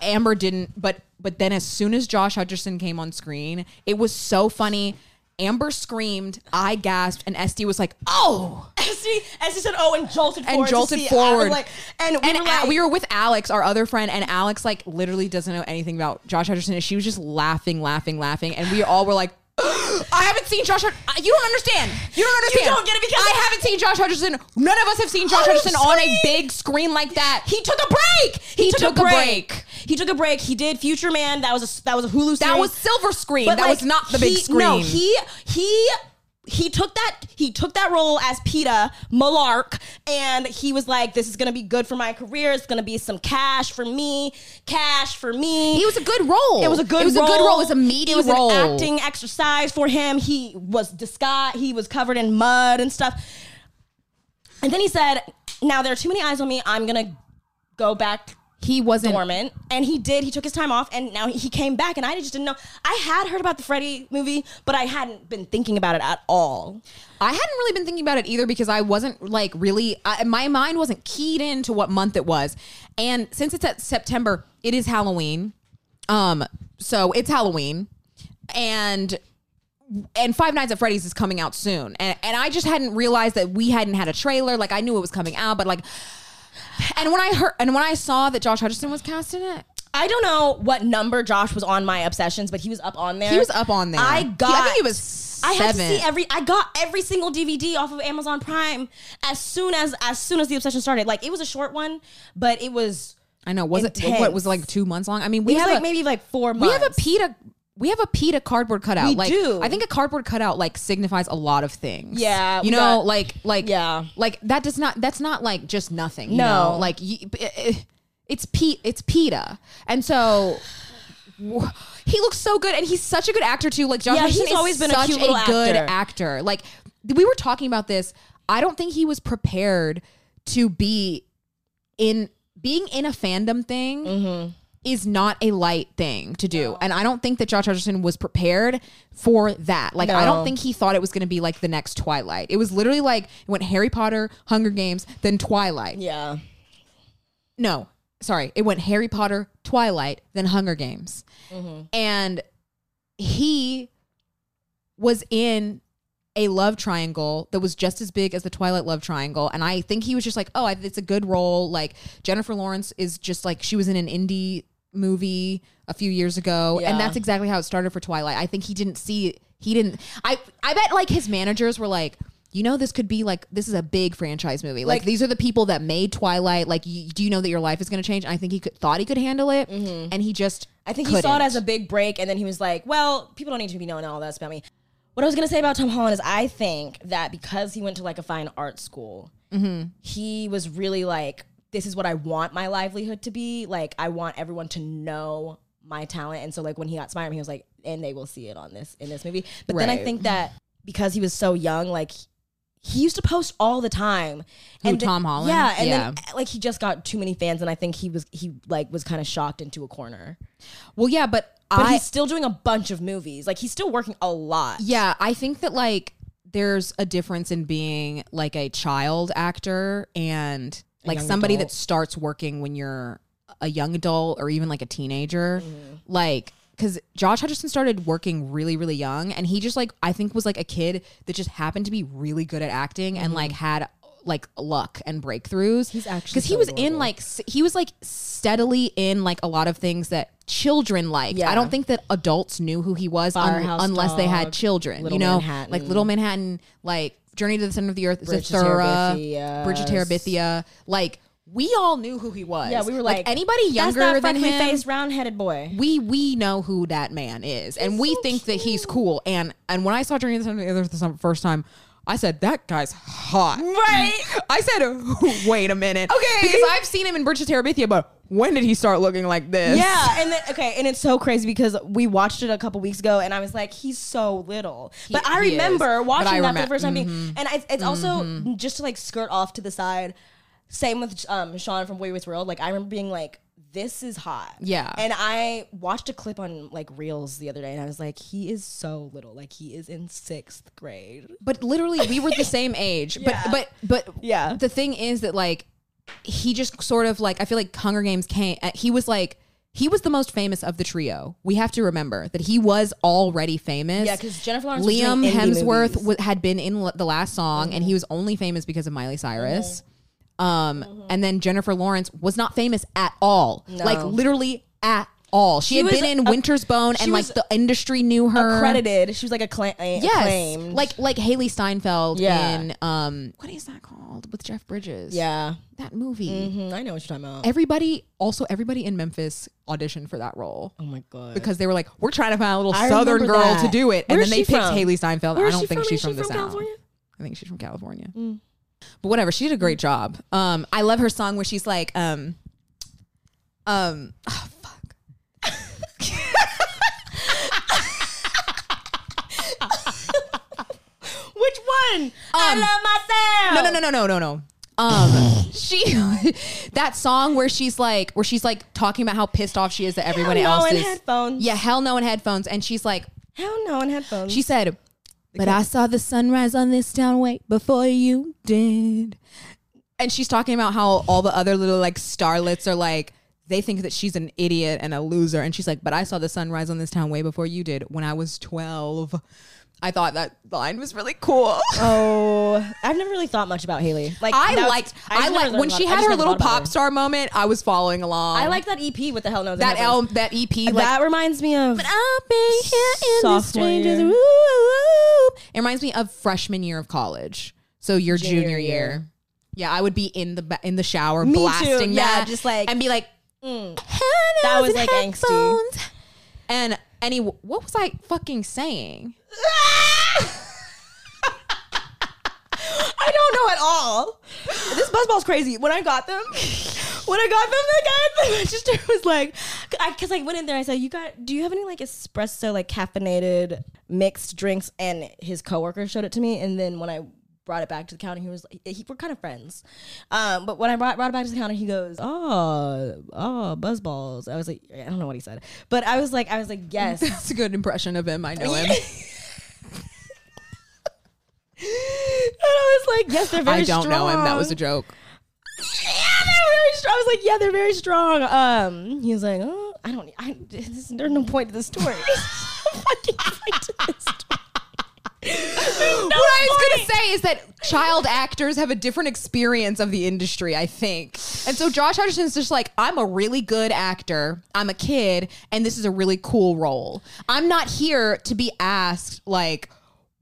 Speaker 1: Amber didn't, but but then as soon as Josh Hutcherson came on screen, it was so funny. Amber screamed, I gasped, and Esty was like, "Oh!"
Speaker 2: Esty, Esty said, "Oh," and jolted
Speaker 1: And
Speaker 2: forward. to
Speaker 1: jolted
Speaker 2: see- I was
Speaker 1: forward.
Speaker 2: like, and we
Speaker 1: and
Speaker 2: were
Speaker 1: Al-
Speaker 2: like,
Speaker 1: we were with Alex, our other friend, and Alex like literally doesn't know anything about Josh Hutcherson. And she was just laughing, laughing, laughing, and we all were like, "I haven't seen Josh. Hutch- I- you don't understand. You don't
Speaker 2: You
Speaker 1: understand.
Speaker 2: don't get it because-
Speaker 1: I haven't seen Josh Hutcherson. None of us have seen Josh
Speaker 2: On
Speaker 1: Hutcherson on a
Speaker 2: screen.
Speaker 1: big screen like that.
Speaker 2: He took a break. He,
Speaker 1: He
Speaker 2: took,
Speaker 1: took a
Speaker 2: a
Speaker 1: break.
Speaker 2: break. He took a break. He did Future Man. That was a that was a Hulu.
Speaker 1: That
Speaker 2: series.
Speaker 1: was silver screen.
Speaker 2: But,
Speaker 1: that
Speaker 2: like,
Speaker 1: was not the big
Speaker 2: he-
Speaker 1: screen.
Speaker 2: No, he he he took that he took that role as PETA Malark and he was like, This is gonna be good for my career, it's gonna be some cash for me, cash for me.
Speaker 4: It was a good role.
Speaker 2: It was a good.
Speaker 4: It was
Speaker 2: role.
Speaker 4: a good role. It was a meaty
Speaker 2: It was
Speaker 4: role.
Speaker 2: an acting exercise for him. He was disguised. He was covered in mud and stuff. And then he said, "Now there are too many eyes on me. I'm gonna go back
Speaker 4: He wasn't.
Speaker 2: dormant." And he did. He took his time off, and now he came back. And I just didn't know. I had heard about the Freddy movie, but I hadn't been thinking about it at all.
Speaker 1: I hadn't really been thinking about it either because I wasn't like really, I, my mind wasn't keyed into what month it was. And since it's at September, it is Halloween. Um, so it's Halloween, and and Five Nights at Freddy's is coming out soon, and and I just hadn't realized that we hadn't had a trailer. Like I knew it was coming out, but like, and when I heard and when I saw that Josh Hutcherson was cast in it,
Speaker 2: I don't know what number Josh was on my obsessions, but he was up on there.
Speaker 1: He was up on there.
Speaker 2: I
Speaker 1: He- I
Speaker 2: got.
Speaker 1: think he was
Speaker 2: I had to
Speaker 1: seven.
Speaker 2: see every. I got every single DVD off of Amazon Prime as soon as as soon as the obsession started. Like it was a short one, but it was.
Speaker 1: I know was it
Speaker 2: Intense.
Speaker 1: what was it, like two months long? I mean, we
Speaker 2: It was
Speaker 1: have
Speaker 2: like
Speaker 1: a-
Speaker 2: maybe like four
Speaker 1: We
Speaker 2: months.
Speaker 1: have a PETA. We have a PETA cardboard cutout.
Speaker 2: We
Speaker 1: like,
Speaker 2: do.
Speaker 1: I think a cardboard cutout like signifies a lot of things.
Speaker 2: Yeah,
Speaker 1: you
Speaker 2: we
Speaker 1: know,
Speaker 2: got-
Speaker 1: like like
Speaker 2: Yeah.
Speaker 1: like that does not. That's not like just nothing. You
Speaker 2: No.
Speaker 1: know? like you, it- it- eh, it's P, it's PETA, and so. wh- He looks so good, and he's such a good actor too. Like Josh,
Speaker 2: Yeah, he's
Speaker 1: Hutcherson is
Speaker 2: always been a
Speaker 1: such
Speaker 2: cute little
Speaker 1: good
Speaker 2: actor.
Speaker 1: actor. Like we were talking about this, I don't think he was prepared to be in being in a fandom thing
Speaker 2: Mm-hmm.
Speaker 1: is not a light thing to do. And I don't think that Josh Hutcherson was prepared for that. Like, I don't
Speaker 2: No.
Speaker 1: think he thought it was going to be like the next Twilight. It was literally like it went Harry Potter, Hunger Games, then Twilight.
Speaker 2: Yeah.
Speaker 1: No, sorry. It went Harry Potter, Twilight, then Hunger Games. And he was in a love triangle that was just as big as the Twilight love triangle. And I think he was just like, oh, I, it's a good role. Like Jennifer Lawrence is just like, she was in an indie movie a few years ago.
Speaker 2: Yeah.
Speaker 1: And that's exactly how it started for Twilight. I think he didn't see, he didn't, I, I bet like his managers were like, you know, this could be like, this is a big franchise movie. Like,
Speaker 2: Like-
Speaker 1: these are the people that made Twilight. Like, you, do you know that your life is going to change? And I think he could, thought he could handle it. And he just,
Speaker 2: Mm-hmm. I think he saw it
Speaker 1: couldn't.
Speaker 2: as a big break, and then he was like, "Well, people don't need to be knowing all this about me." What I was gonna say about Tom Holland is, I think that because he went to like a fine art school,
Speaker 1: Mm-hmm.
Speaker 2: he was really like, "This is what I want my livelihood to be. Like, I want everyone to know my talent." And so, like when he got Spider Man, he was like, "And they will see it on this in this movie." But then I
Speaker 1: Right.
Speaker 2: think that because he was so young, like he used to post all the time.
Speaker 1: Who,
Speaker 2: the-
Speaker 1: Tom Holland?
Speaker 2: Yeah, and
Speaker 1: Yeah.
Speaker 2: then like he just got too many fans, and I think he was he like was kind of shocked into a corner.
Speaker 1: well, yeah, but,
Speaker 2: But
Speaker 1: I,
Speaker 2: he's still doing a bunch of movies. Like he's still working a lot.
Speaker 1: Yeah, I think that like there's a difference in being like a child actor and like
Speaker 2: young
Speaker 1: somebody
Speaker 2: adult.
Speaker 1: that starts working when you're a young adult or even like a teenager.
Speaker 2: Mm-hmm.
Speaker 1: Like cuz Josh Hutcherson started working really really young and he just like I think was like a kid that just happened to be really good at acting and like had like luck and breakthroughs. He's
Speaker 2: Mm-hmm. actually
Speaker 1: because he
Speaker 2: so
Speaker 1: was in
Speaker 2: adorable.
Speaker 1: like s- he was like steadily in like a lot of things that children like. I
Speaker 2: Yeah.
Speaker 1: don't think that adults knew who he was un-
Speaker 2: Firehouse
Speaker 1: unless they had
Speaker 2: Dog,
Speaker 1: children.
Speaker 2: Little
Speaker 1: you know,
Speaker 2: Manhattan.
Speaker 1: like Little Manhattan, like Journey to the Center of the Earth,
Speaker 2: Bridge to
Speaker 1: Zathura,
Speaker 2: Terabithia.
Speaker 1: Bridge of Terabithia. Like we all knew who he was.
Speaker 2: Yeah, we were like,
Speaker 1: anybody younger
Speaker 2: That's that
Speaker 1: than him.
Speaker 2: faced, round-headed boy.
Speaker 1: we we know who that man is, and we think that he's cool. And and when I saw Journey to the Center of the Earth the first time, I said that guy's hot.
Speaker 2: Right.
Speaker 1: I said, wait a minute.
Speaker 2: Okay.
Speaker 1: Because I've seen him in Bridge of Terabithia, but when did he start looking like this?
Speaker 2: Yeah, and then okay, and it's so crazy because we watched it a couple weeks ago, and I was like, he's so little. but I
Speaker 1: he is.
Speaker 2: remember
Speaker 1: But
Speaker 2: watching
Speaker 1: I remem- mm-hmm.
Speaker 2: that for the first time, being, and I, it's also just to like skirt off to the side. Same with um, Sean from Way with World. Like I remember being like, this is hot.
Speaker 1: Yeah.
Speaker 2: and I watched a clip on like Reels the other day, and I was like, he is so little. Like he is in sixth grade.
Speaker 1: But literally, we were the same age. But but but
Speaker 2: Yeah.
Speaker 1: The thing is that like he just sort of like I feel like Hunger Games came. uh, He was like he was the most famous of the trio. We have to remember that he was already famous.
Speaker 2: Yeah, 'cause Jennifer Lawrence was
Speaker 1: Liam
Speaker 2: doing indie
Speaker 1: Hemsworth
Speaker 2: movies. Mm-hmm.
Speaker 1: wa- had been in l- the last song, and he was only famous because of Miley Cyrus.
Speaker 2: Mm-hmm.
Speaker 1: Um, and then Jennifer Lawrence was not famous at all. Like literally at all. She,
Speaker 2: She
Speaker 1: had
Speaker 2: was
Speaker 1: been in
Speaker 2: a-
Speaker 1: Winter's Bone,
Speaker 2: she
Speaker 1: and like
Speaker 2: was
Speaker 1: the industry knew her.
Speaker 2: Accredited. She was like accla-
Speaker 1: Uh, Yes,
Speaker 2: acclaimed.
Speaker 1: like like Haley Steinfeld
Speaker 2: Yeah.
Speaker 1: in um, what is that called with Jeff Bridges?
Speaker 2: yeah.
Speaker 1: that movie.
Speaker 2: Mhm, I know what you're talking about.
Speaker 1: Everybody, also everybody in Memphis auditioned for that role
Speaker 2: oh my god.
Speaker 1: because they were like, "We're trying to find a little
Speaker 2: I
Speaker 1: Southern
Speaker 2: remember
Speaker 1: girl
Speaker 2: that.
Speaker 1: to do it," and then
Speaker 2: Where is
Speaker 1: they
Speaker 2: she
Speaker 1: picked
Speaker 2: from?
Speaker 1: Haley Steinfeld.
Speaker 2: Where
Speaker 1: I
Speaker 2: is
Speaker 1: don't
Speaker 2: she
Speaker 1: think
Speaker 2: from?
Speaker 1: she's
Speaker 2: Is she
Speaker 1: from, the
Speaker 2: from
Speaker 1: South.
Speaker 2: California? Mm.
Speaker 1: I think she's from California. But whatever, she did a great job. Um, I love her song where she's like, um, um, oh, fuck.
Speaker 2: Which one? I
Speaker 1: Um,
Speaker 2: love
Speaker 1: No,
Speaker 2: myself.
Speaker 1: no, no, no, no, no, no. Um, she that song where she's like, where she's like talking about how pissed off she is that everybody
Speaker 2: Hell no
Speaker 1: else
Speaker 2: in
Speaker 1: is.
Speaker 2: headphones.
Speaker 1: Yeah, hell no in headphones, and she's like,
Speaker 2: Hell no in headphones.
Speaker 1: She said, But I saw the sunrise on this town way before you did. And she's talking about how all the other little like starlets are like, they think that she's an idiot and a loser. And she's like, But I saw the sunrise on this town way before you did when I was 12. I thought that line was really cool.
Speaker 2: Oh, I've never really thought much about Haley. Like
Speaker 1: I
Speaker 2: that was-
Speaker 1: liked,
Speaker 2: just
Speaker 1: I,
Speaker 2: never
Speaker 1: liked
Speaker 2: thought
Speaker 1: when
Speaker 2: about-
Speaker 1: she
Speaker 2: I
Speaker 1: had
Speaker 2: just
Speaker 1: her
Speaker 2: never
Speaker 1: little
Speaker 2: thought about
Speaker 1: pop
Speaker 2: her.
Speaker 1: star moment. I was following along.
Speaker 2: I like that EP with the hell no. in
Speaker 1: that
Speaker 2: Heaven.
Speaker 1: L, that EP.
Speaker 2: That
Speaker 1: like,
Speaker 2: reminds me of.
Speaker 1: I'll be here in the
Speaker 2: Sophomore
Speaker 1: strangers.
Speaker 2: year.
Speaker 1: Woo, woo, woo. It reminds me of freshman year of college. So your junior,
Speaker 2: Junior
Speaker 1: year.
Speaker 2: year.
Speaker 1: Yeah, I would be in the ba- in the shower
Speaker 2: Me too.
Speaker 1: blasting
Speaker 2: Yeah,
Speaker 1: that,
Speaker 2: just like-
Speaker 1: and be like, mm.
Speaker 2: That was, like, angsty.
Speaker 1: angsty. And any, what was I fucking saying?
Speaker 2: I don't know at all. This buzzball's crazy. When I got them, when I got them, the guy at the register was like, because I, went in there, I said, "You got? Do you have any like espresso, like caffeinated mixed drinks?" And his coworker showed it to me, and then when I brought it back to the counter, he was like, he, "We're kind of friends," um, but when I brought, brought it back to the counter, he goes, "Oh, oh, buzzballs." I was like, I don't know what he said, but I was like, I was like, yes.
Speaker 1: That's a good impression of him. I know him.
Speaker 2: And I was like, yes, they're very
Speaker 1: I don't know him. That was a
Speaker 2: strong."
Speaker 1: joke.
Speaker 2: yeah, they're very strong. I was like, yeah, they're very strong. Um, he was like, oh, I don't, I, this, there's no point to this story. Fucking point to this story. There's no
Speaker 1: what I was
Speaker 2: point.
Speaker 1: gonna say is that child actors have a different experience of the industry, I think. And so Josh Hutcherson's just like, I'm a really good actor. I'm a kid, and this is a really cool role. I'm not here to be asked like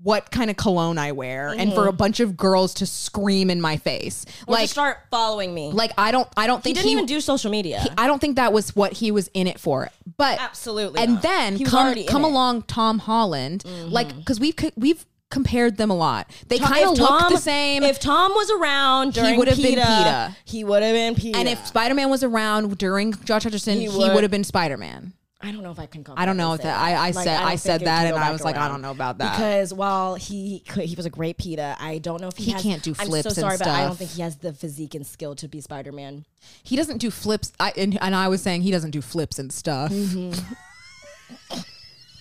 Speaker 1: what kind of cologne I wear and for a bunch of girls to scream in my face.
Speaker 2: Mm-hmm. Or
Speaker 1: like
Speaker 2: to start following me.
Speaker 1: like I don't I don't
Speaker 2: he
Speaker 1: think
Speaker 2: didn't even do social media.
Speaker 1: I don't think that was what he was in it for. But
Speaker 2: Absolutely
Speaker 1: And
Speaker 2: not.
Speaker 1: then
Speaker 2: He was
Speaker 1: come
Speaker 2: already in
Speaker 1: come
Speaker 2: it. Mm-hmm.
Speaker 1: along Tom Holland, like because we've co- we've compared them a lot. They
Speaker 2: Tom-
Speaker 1: kind of
Speaker 2: if
Speaker 1: look
Speaker 2: Tom-
Speaker 1: the same.
Speaker 2: If Tom was around during
Speaker 1: would have
Speaker 2: PETA,
Speaker 1: been PETA.
Speaker 2: he would have been PETA.
Speaker 1: and if Spider Man was around during Josh Hutcherson, he
Speaker 2: He
Speaker 1: would
Speaker 2: would-
Speaker 1: have been Spider Man.
Speaker 2: I don't know if I can.
Speaker 1: I don't know if that-
Speaker 2: confidently say
Speaker 1: I- I said-
Speaker 2: don't
Speaker 1: I
Speaker 2: think
Speaker 1: said
Speaker 2: it
Speaker 1: that
Speaker 2: can
Speaker 1: and
Speaker 2: go
Speaker 1: I
Speaker 2: back
Speaker 1: was like, I don't know about that.
Speaker 2: because while he could, he was a great PETA. I don't know if he,
Speaker 1: He
Speaker 2: has-
Speaker 1: can't do flips
Speaker 2: I'm
Speaker 1: and
Speaker 2: so sorry, but I don't
Speaker 1: stuff.
Speaker 2: think he has the physique and skill to be Spider Man.
Speaker 1: He doesn't do flips. I, and, and I was saying he doesn't do flips and stuff.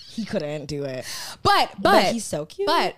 Speaker 2: He couldn't do it.
Speaker 1: But, but
Speaker 2: he's so cute.
Speaker 1: But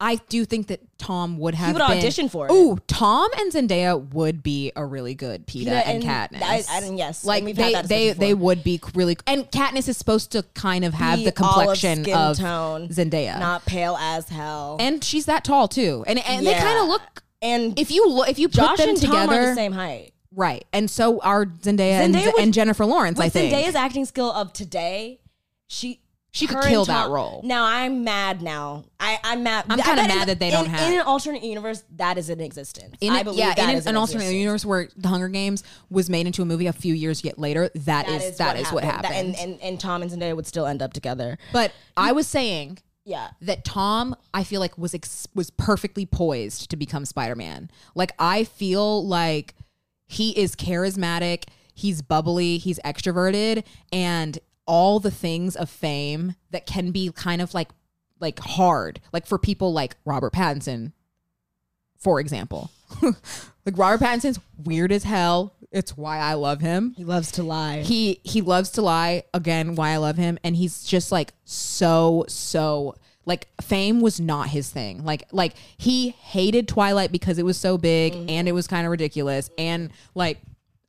Speaker 1: I do think that Tom would have.
Speaker 2: would
Speaker 1: been-
Speaker 2: audition for it.
Speaker 1: Ooh, Tom and Zendaya would be a really good Peter
Speaker 2: Peeta
Speaker 1: and,
Speaker 2: and-
Speaker 1: Katniss.
Speaker 2: I- I- and yes,
Speaker 1: like
Speaker 2: and we've had
Speaker 1: they
Speaker 2: that
Speaker 1: they
Speaker 2: discussion
Speaker 1: they
Speaker 2: before.
Speaker 1: would be really. And Katniss is supposed to kind of have
Speaker 2: Be
Speaker 1: the complexion
Speaker 2: olive skin
Speaker 1: of
Speaker 2: tone,
Speaker 1: Zendaya,
Speaker 2: not pale as hell.
Speaker 1: and she's that tall too. And and they
Speaker 2: Yeah.
Speaker 1: kind of look.
Speaker 2: And
Speaker 1: If you look, if you
Speaker 2: Josh
Speaker 1: put them
Speaker 2: and
Speaker 1: together,
Speaker 2: Tom are the same height.
Speaker 1: right? And so are Zendaya, and,
Speaker 2: Zendaya
Speaker 1: Z-
Speaker 2: was-
Speaker 1: and Jennifer Lawrence. I
Speaker 2: With
Speaker 1: think
Speaker 2: Zendaya's acting skill of today, she
Speaker 1: She could
Speaker 2: her and
Speaker 1: kill that
Speaker 2: Tom-
Speaker 1: role.
Speaker 2: Now I'm mad. Now I I'm mad.
Speaker 1: I'm
Speaker 2: I
Speaker 1: kinda
Speaker 2: bet in
Speaker 1: mad
Speaker 2: the-
Speaker 1: that they
Speaker 2: in-
Speaker 1: don't have-
Speaker 2: in an alternate universe that is in existence.
Speaker 1: In
Speaker 2: I
Speaker 1: a-
Speaker 2: believe
Speaker 1: yeah,
Speaker 2: that
Speaker 1: in an,
Speaker 2: is
Speaker 1: an alternate
Speaker 2: existence.
Speaker 1: universe where The Hunger Games was made into a movie a few years yet later, that is that is what happened.
Speaker 2: That- and, and and Tom and Zendaya would still end up together.
Speaker 1: but I was saying
Speaker 2: Yeah.
Speaker 1: that Tom, I feel like was ex- was perfectly poised to become Spider Man. Like I feel like he is charismatic, he's bubbly, he's extroverted, and all the things of fame that can be kind of like like hard, like for people like Robert Pattinson, for example. like Robert Pattinson's weird as hell. It's why I love him
Speaker 2: He loves to lie.
Speaker 1: he he loves to lie again why i love him and he's just like so so like fame was not his thing like like he hated twilight because it was so big
Speaker 2: Mm-hmm.
Speaker 1: and it was kind of ridiculous and like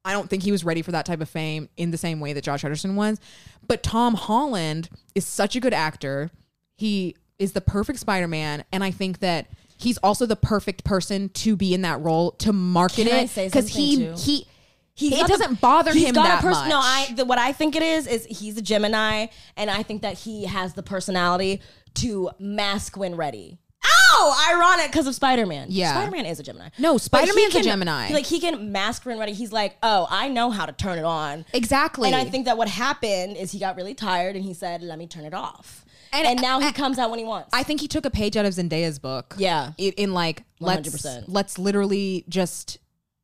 Speaker 1: i don't think he was ready for that type of fame in the same way that josh hutcherson was but tom holland is such a good actor he is the perfect spider-man and i think that he's also the perfect person to be in that role to market
Speaker 2: Can I
Speaker 1: it
Speaker 2: say
Speaker 1: because he
Speaker 2: something, too?
Speaker 1: he
Speaker 2: He's
Speaker 1: It
Speaker 2: got the-
Speaker 1: doesn't bother
Speaker 2: he's
Speaker 1: him
Speaker 2: got
Speaker 1: that
Speaker 2: a person. No,
Speaker 1: much.
Speaker 2: I the, what I think it is is he's a Gemini, and I think that he has the personality to mask when ready. Oh, ironic because of Spider Man.
Speaker 1: Yeah.
Speaker 2: Spider Man is a Gemini.
Speaker 1: No,
Speaker 2: But he
Speaker 1: Spider-Man's a
Speaker 2: can-
Speaker 1: Gemini.
Speaker 2: Like he can mask when ready. He's like, oh, I know how to turn it on.
Speaker 1: Exactly.
Speaker 2: And I think that what happened is he got really tired and he said, let me turn it off.
Speaker 1: And-
Speaker 2: And, now he
Speaker 1: and-
Speaker 2: comes out when he wants.
Speaker 1: I think he took a page out of Zendaya's book.
Speaker 2: Yeah.
Speaker 1: In, in like, let
Speaker 2: 100%.
Speaker 1: us let's literally just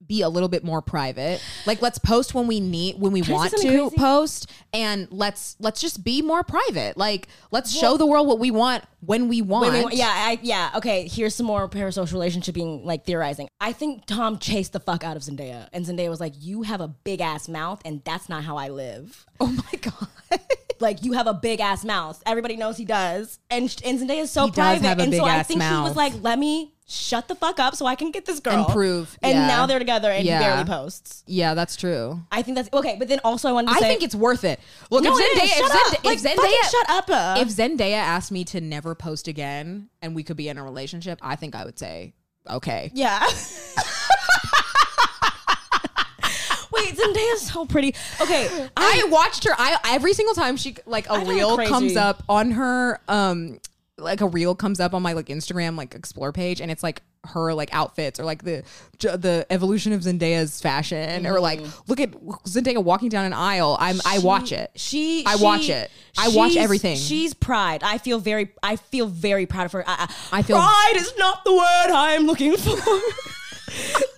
Speaker 1: be a little bit more private. Like let's post when we need when we
Speaker 2: I say
Speaker 1: want
Speaker 2: something
Speaker 1: to
Speaker 2: crazy?
Speaker 1: post and let's let's just be more private. Like let's show the world what we want when we want.
Speaker 2: Wait, wait, wait, yeah, I, yeah. Okay, here's some more parasocial relationship being like theorizing. I think Tom chased the fuck out of Zendaya, and Zendaya was like, "You have a big ass mouth, and that's not how I live.
Speaker 1: Oh my god.
Speaker 2: Like, you have a big ass mouth. Everybody knows he does, and sh- and Zendaya is so
Speaker 1: He does
Speaker 2: private,
Speaker 1: have a
Speaker 2: and so I
Speaker 1: big-ass
Speaker 2: think he
Speaker 1: mouth.
Speaker 2: was like, "Let me shut the fuck up so I can get this girl
Speaker 1: And prove,
Speaker 2: And
Speaker 1: yeah.
Speaker 2: now they're together, and
Speaker 1: Yeah.
Speaker 2: he barely posts.
Speaker 1: yeah, that's true.
Speaker 2: I think that's okay. But then also, I wanted to
Speaker 1: I
Speaker 2: say,
Speaker 1: think it's worth it. Look,
Speaker 2: No,
Speaker 1: if
Speaker 2: it
Speaker 1: Zendaya,
Speaker 2: is.
Speaker 1: if
Speaker 2: Shut
Speaker 1: Zenda-
Speaker 2: up. Like,
Speaker 1: if
Speaker 2: fucking
Speaker 1: Zendaya,
Speaker 2: shut up, uh.
Speaker 1: If Zendaya asked me to never post again and we could be in a relationship, I think I would say okay.
Speaker 2: Yeah. Wait, Zendaya's so pretty. Okay,
Speaker 1: I watched her. I every single time she like a
Speaker 2: know
Speaker 1: reel
Speaker 2: crazy.
Speaker 1: comes up on her, um, like a reel comes up on my like Instagram like explore page, and it's like her like outfits or like the j- the evolution of Zendaya's fashion or like
Speaker 2: Mm-hmm.
Speaker 1: look at Zendaya walking down an aisle. I'm I watch it.
Speaker 2: She,
Speaker 1: I
Speaker 2: she-
Speaker 1: watch it. I watch
Speaker 2: she's-
Speaker 1: everything.
Speaker 2: She's pride. I feel very. I feel very proud of her. I, I,
Speaker 1: I feel-
Speaker 2: pride is not the word I am looking for.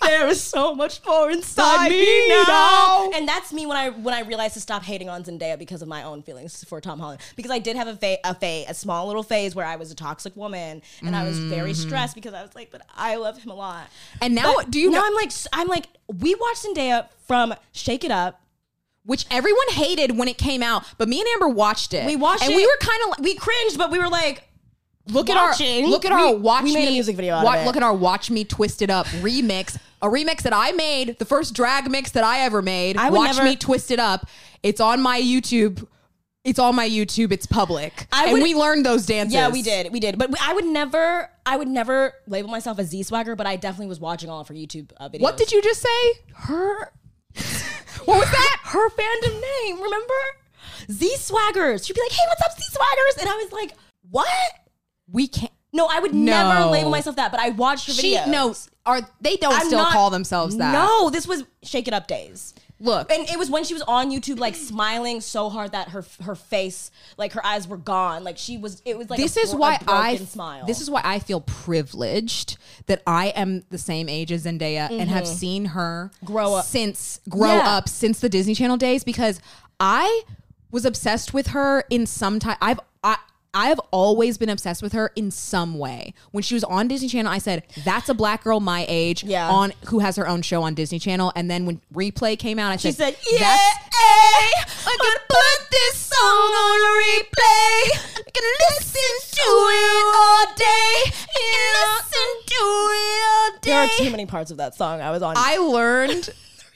Speaker 2: there is so much more inside
Speaker 1: Inside
Speaker 2: me,
Speaker 1: me
Speaker 2: now.
Speaker 1: now.
Speaker 2: and that's me when I when I realized to stop hating on Zendaya because of my own feelings for Tom Holland. Because I did have a fa- a, fa- a small little phase where I was a toxic woman and I was very
Speaker 1: Mm.
Speaker 2: stressed because I was like, but I love him a lot.
Speaker 1: And now,
Speaker 2: But
Speaker 1: do you
Speaker 2: now
Speaker 1: know
Speaker 2: I'm like s- I'm like we watched Zendaya from Shake It Up
Speaker 1: which everyone hated when it came out, but me and Amber watched it.
Speaker 2: We watched
Speaker 1: and
Speaker 2: it.
Speaker 1: we were kind of we
Speaker 2: cringed, but we were like,
Speaker 1: look at
Speaker 2: watching.
Speaker 1: our look at our
Speaker 2: We-
Speaker 1: watch
Speaker 2: we made
Speaker 1: me
Speaker 2: a music video out
Speaker 1: wa-
Speaker 2: of it.
Speaker 1: Look at our watch me twisted up remix, a remix that I made, the first drag mix that I ever made.
Speaker 2: I would
Speaker 1: watch
Speaker 2: never-
Speaker 1: me twisted up. It's on my YouTube. It's on my YouTube. It's public,
Speaker 2: I
Speaker 1: and
Speaker 2: would-
Speaker 1: we learned those dances.
Speaker 2: yeah, we did, we did. But we, I would never, I would never label myself a Z swagger, but I definitely was watching all of her YouTube uh, videos.
Speaker 1: What did you just say? Her. what was that?
Speaker 2: Her fandom name, remember? Z swaggers. She'd be like, "Hey, what's up, Z swaggers?" And I was like, "What?"
Speaker 1: We can't.
Speaker 2: No, I would
Speaker 1: No.
Speaker 2: never label myself that, but I watched her
Speaker 1: She
Speaker 2: videos.
Speaker 1: knows. Are they don't
Speaker 2: I'm
Speaker 1: still
Speaker 2: not-
Speaker 1: call themselves that?
Speaker 2: No, this was Shake It Up days.
Speaker 1: Look,
Speaker 2: And it was when she was on YouTube, like smiling so hard that her her face, like her eyes were gone. Like she was, it was like
Speaker 1: this
Speaker 2: a
Speaker 1: is
Speaker 2: bro- a
Speaker 1: why I
Speaker 2: broken
Speaker 1: f-
Speaker 2: smile.
Speaker 1: This is why I feel privileged that I am the same age as Zendaya and have seen her
Speaker 2: Mm-hmm. Grow up.
Speaker 1: since grow
Speaker 2: Yeah.
Speaker 1: up since the Disney Channel days because I was obsessed with her in some time. I've I. I have always been obsessed with her in some way. When she was on Disney Channel, I said, "That's a black girl my age
Speaker 2: Yeah.
Speaker 1: on who has her own show on Disney Channel." And then when Replay came out, I
Speaker 2: She said, "Yeah,
Speaker 1: "That's
Speaker 2: I can put this song on replay. I can listen to it all day. listen to it all day." There are too many parts of that song I was on.
Speaker 1: I learned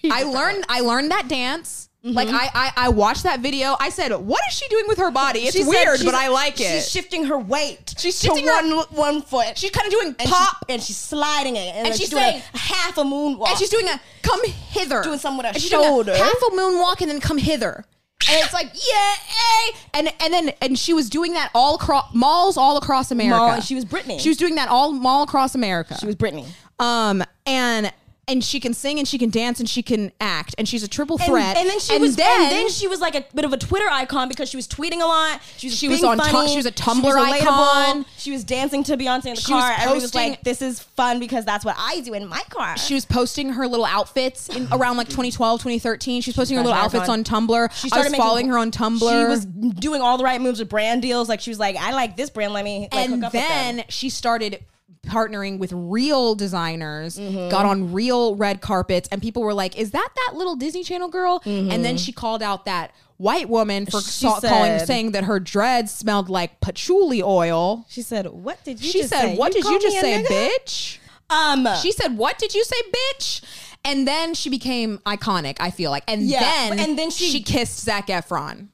Speaker 1: I learned I learned that dance.
Speaker 2: Mm-hmm.
Speaker 1: Like I, I I watched that video. I said, "What is she doing with her body? It's
Speaker 2: She said
Speaker 1: weird,
Speaker 2: she's-
Speaker 1: but I like it."
Speaker 2: She's shifting her weight.
Speaker 1: She's
Speaker 2: to
Speaker 1: shifting her-
Speaker 2: one one foot.
Speaker 1: She's kinda doing
Speaker 2: and
Speaker 1: pop.
Speaker 2: she- and she's sliding it, and,
Speaker 1: And
Speaker 2: then
Speaker 1: she's
Speaker 2: she's, doing
Speaker 1: saying-
Speaker 2: a half a moonwalk,
Speaker 1: and she's doing a come hither.
Speaker 2: Doing something with her
Speaker 1: And she's doing a
Speaker 2: shoulder.
Speaker 1: half a moonwalk and then come hither. And it's like, "Yay!" And and then and she was doing that all across malls all across America.
Speaker 2: Mall- she was Britney.
Speaker 1: She was doing that all mall across America.
Speaker 2: She was Britney.
Speaker 1: um and and she can sing and she can dance and she can act and she's a triple
Speaker 2: And,
Speaker 1: threat.
Speaker 2: and then she was. and then she was like a bit of a Twitter icon because she was tweeting a lot. She was.
Speaker 1: She was
Speaker 2: being
Speaker 1: on Tu-
Speaker 2: funny.
Speaker 1: she was a
Speaker 2: She
Speaker 1: Tumblr
Speaker 2: relatable.
Speaker 1: icon.
Speaker 2: She was dancing to Beyonce in the
Speaker 1: She was
Speaker 2: car. Everybody was
Speaker 1: posting-
Speaker 2: like, "This is fun because that's what I do in my car."
Speaker 1: she was posting her little outfits in, around like 2012 2013 she was posting her little
Speaker 2: Fashion
Speaker 1: outfits
Speaker 2: icon.
Speaker 1: on tumblr i
Speaker 2: She started
Speaker 1: was
Speaker 2: making-
Speaker 1: following her on tumblr
Speaker 2: She was doing all the right moves with brand deals. Like she was like, "I like this brand. Let me like,
Speaker 1: and
Speaker 2: hook up with them."
Speaker 1: then she started partnering with real designers
Speaker 2: Mm-hmm.
Speaker 1: got on real red carpets and people were like is that that little disney channel girl and then she called out that white woman for
Speaker 2: Mm-hmm. She
Speaker 1: sa- calling
Speaker 2: said-
Speaker 1: saying that her dreads smelled like patchouli oil
Speaker 2: She said, "What did you?"
Speaker 1: she
Speaker 2: just
Speaker 1: said
Speaker 2: say?
Speaker 1: what did you
Speaker 2: called
Speaker 1: just
Speaker 2: me
Speaker 1: say
Speaker 2: a nigga?"
Speaker 1: bitch
Speaker 2: Um,
Speaker 1: she said what did you say bitch and then she became iconic i feel like and
Speaker 2: Yeah,
Speaker 1: then
Speaker 2: and then she-
Speaker 1: she kissed zach efron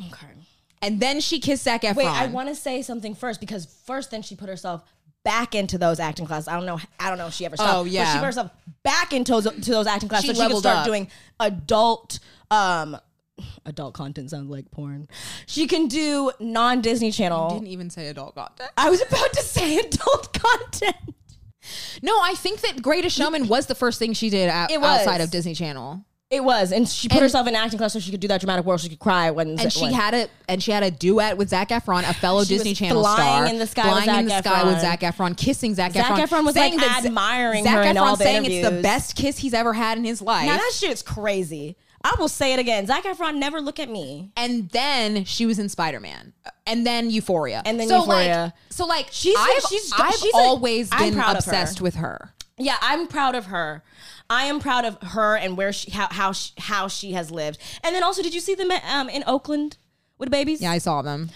Speaker 2: okay.
Speaker 1: And then she kissed Zac Efron.
Speaker 2: Wait, I want to say something first because first, then she put herself back into those acting classes. I don't know. I don't know if she ever stopped.
Speaker 1: Oh, yeah.
Speaker 2: But she put herself back into those, to those acting classes
Speaker 1: She
Speaker 2: so she could
Speaker 1: leveled
Speaker 2: start
Speaker 1: up.
Speaker 2: doing adult um adult content sounds like porn. She can do non Disney Channel.
Speaker 1: Didn't even say adult content.
Speaker 2: I was about to say adult content.
Speaker 1: No, I think that Greatest Showman was the first thing she did out,
Speaker 2: It was.
Speaker 1: outside of Disney Channel,
Speaker 2: It was, and she put
Speaker 1: And-
Speaker 2: herself in acting class so she could do that dramatic work. She could cry when
Speaker 1: and she
Speaker 2: when-
Speaker 1: had a and she had a duet with Zach Efron, a fellow
Speaker 2: She was
Speaker 1: Disney Channel
Speaker 2: flying
Speaker 1: star,
Speaker 2: in the sky with
Speaker 1: flying in the
Speaker 2: Zac
Speaker 1: sky with
Speaker 2: Efron.
Speaker 1: Zac Efron, kissing Zac,
Speaker 2: Zac
Speaker 1: Efron.
Speaker 2: Efron was,
Speaker 1: saying
Speaker 2: like,
Speaker 1: that Z-
Speaker 2: admiring
Speaker 1: Zac
Speaker 2: her
Speaker 1: Efron
Speaker 2: in all the
Speaker 1: saying it's the
Speaker 2: interviews.
Speaker 1: best kiss he's ever had in his life.
Speaker 2: Now that shit's crazy. I will say it again. Zac Efron never look at me.
Speaker 1: and then she was in Spider Man, and then Euphoria,
Speaker 2: And then
Speaker 1: so Like,
Speaker 2: Euphoria.
Speaker 1: so like
Speaker 2: She's-
Speaker 1: I've
Speaker 2: she's-
Speaker 1: I've
Speaker 2: she's a-
Speaker 1: always
Speaker 2: I'm
Speaker 1: been
Speaker 2: proud of her.
Speaker 1: obsessed with her.
Speaker 2: Yeah, I'm proud of her. I am proud of her and where she how how she, how she has lived. And then also, did you see them at, um, in Oakland with babies?
Speaker 1: Yeah, I saw them.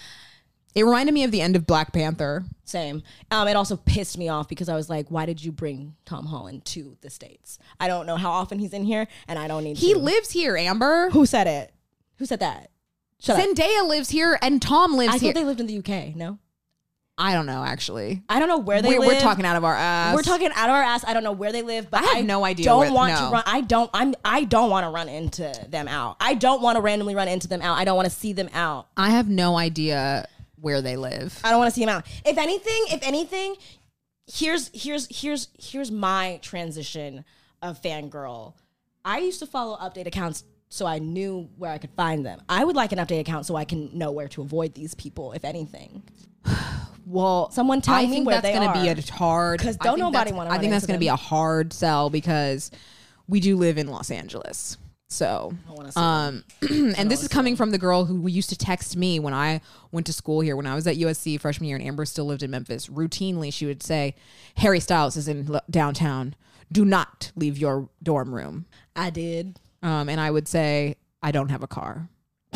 Speaker 1: It reminded me of the end of Black Panther.
Speaker 2: Same. Um, it also pissed me off because I was like, why did you bring Tom Holland to the states? I don't know how often he's in here, and I don't need.
Speaker 1: He
Speaker 2: to.
Speaker 1: lives here, Amber.
Speaker 2: Hmm. Who said it? Who said that? Shut up.
Speaker 1: Zendaya lives here, and Tom lives
Speaker 2: I
Speaker 1: here.
Speaker 2: thought they lived in the UK. No,
Speaker 1: I don't know actually.
Speaker 2: I don't know where they
Speaker 1: We're,
Speaker 2: live.
Speaker 1: we're talking out of our ass.
Speaker 2: We're talking out of our ass. I don't know where they live, but
Speaker 1: I have no idea
Speaker 2: Don't
Speaker 1: where-
Speaker 2: want
Speaker 1: no.
Speaker 2: to run. I don't. I'm. I don't want to run into them out. I don't want to randomly run into them out. I don't want to see them out.
Speaker 1: I have no idea where they live.
Speaker 2: I don't want to see him out. If anything, if anything, here's here's here's here's my transition of fangirl. I used to follow update accounts so I knew where I could find them. I would like an update account so I can know where to avoid these people, if anything.
Speaker 1: Well,
Speaker 2: Someone tell
Speaker 1: I
Speaker 2: me
Speaker 1: think
Speaker 2: where
Speaker 1: that's
Speaker 2: they
Speaker 1: gonna be
Speaker 2: are.
Speaker 1: a hard
Speaker 2: 'Cause
Speaker 1: I
Speaker 2: don't
Speaker 1: think
Speaker 2: nobody
Speaker 1: that's-
Speaker 2: wanna
Speaker 1: I
Speaker 2: run
Speaker 1: think that's
Speaker 2: into
Speaker 1: going to be
Speaker 2: them.
Speaker 1: a hard sell because we do live in Los Angeles. So, um, and this is coming from the girl who used to text me when I went to school here, when I was at USC freshman year, and Amber still lived in Memphis. Routinely, she would say, "Harry Styles is in lo- downtown. Do not leave your dorm room."
Speaker 2: I did.
Speaker 1: Um, and I would say, I don't have a car.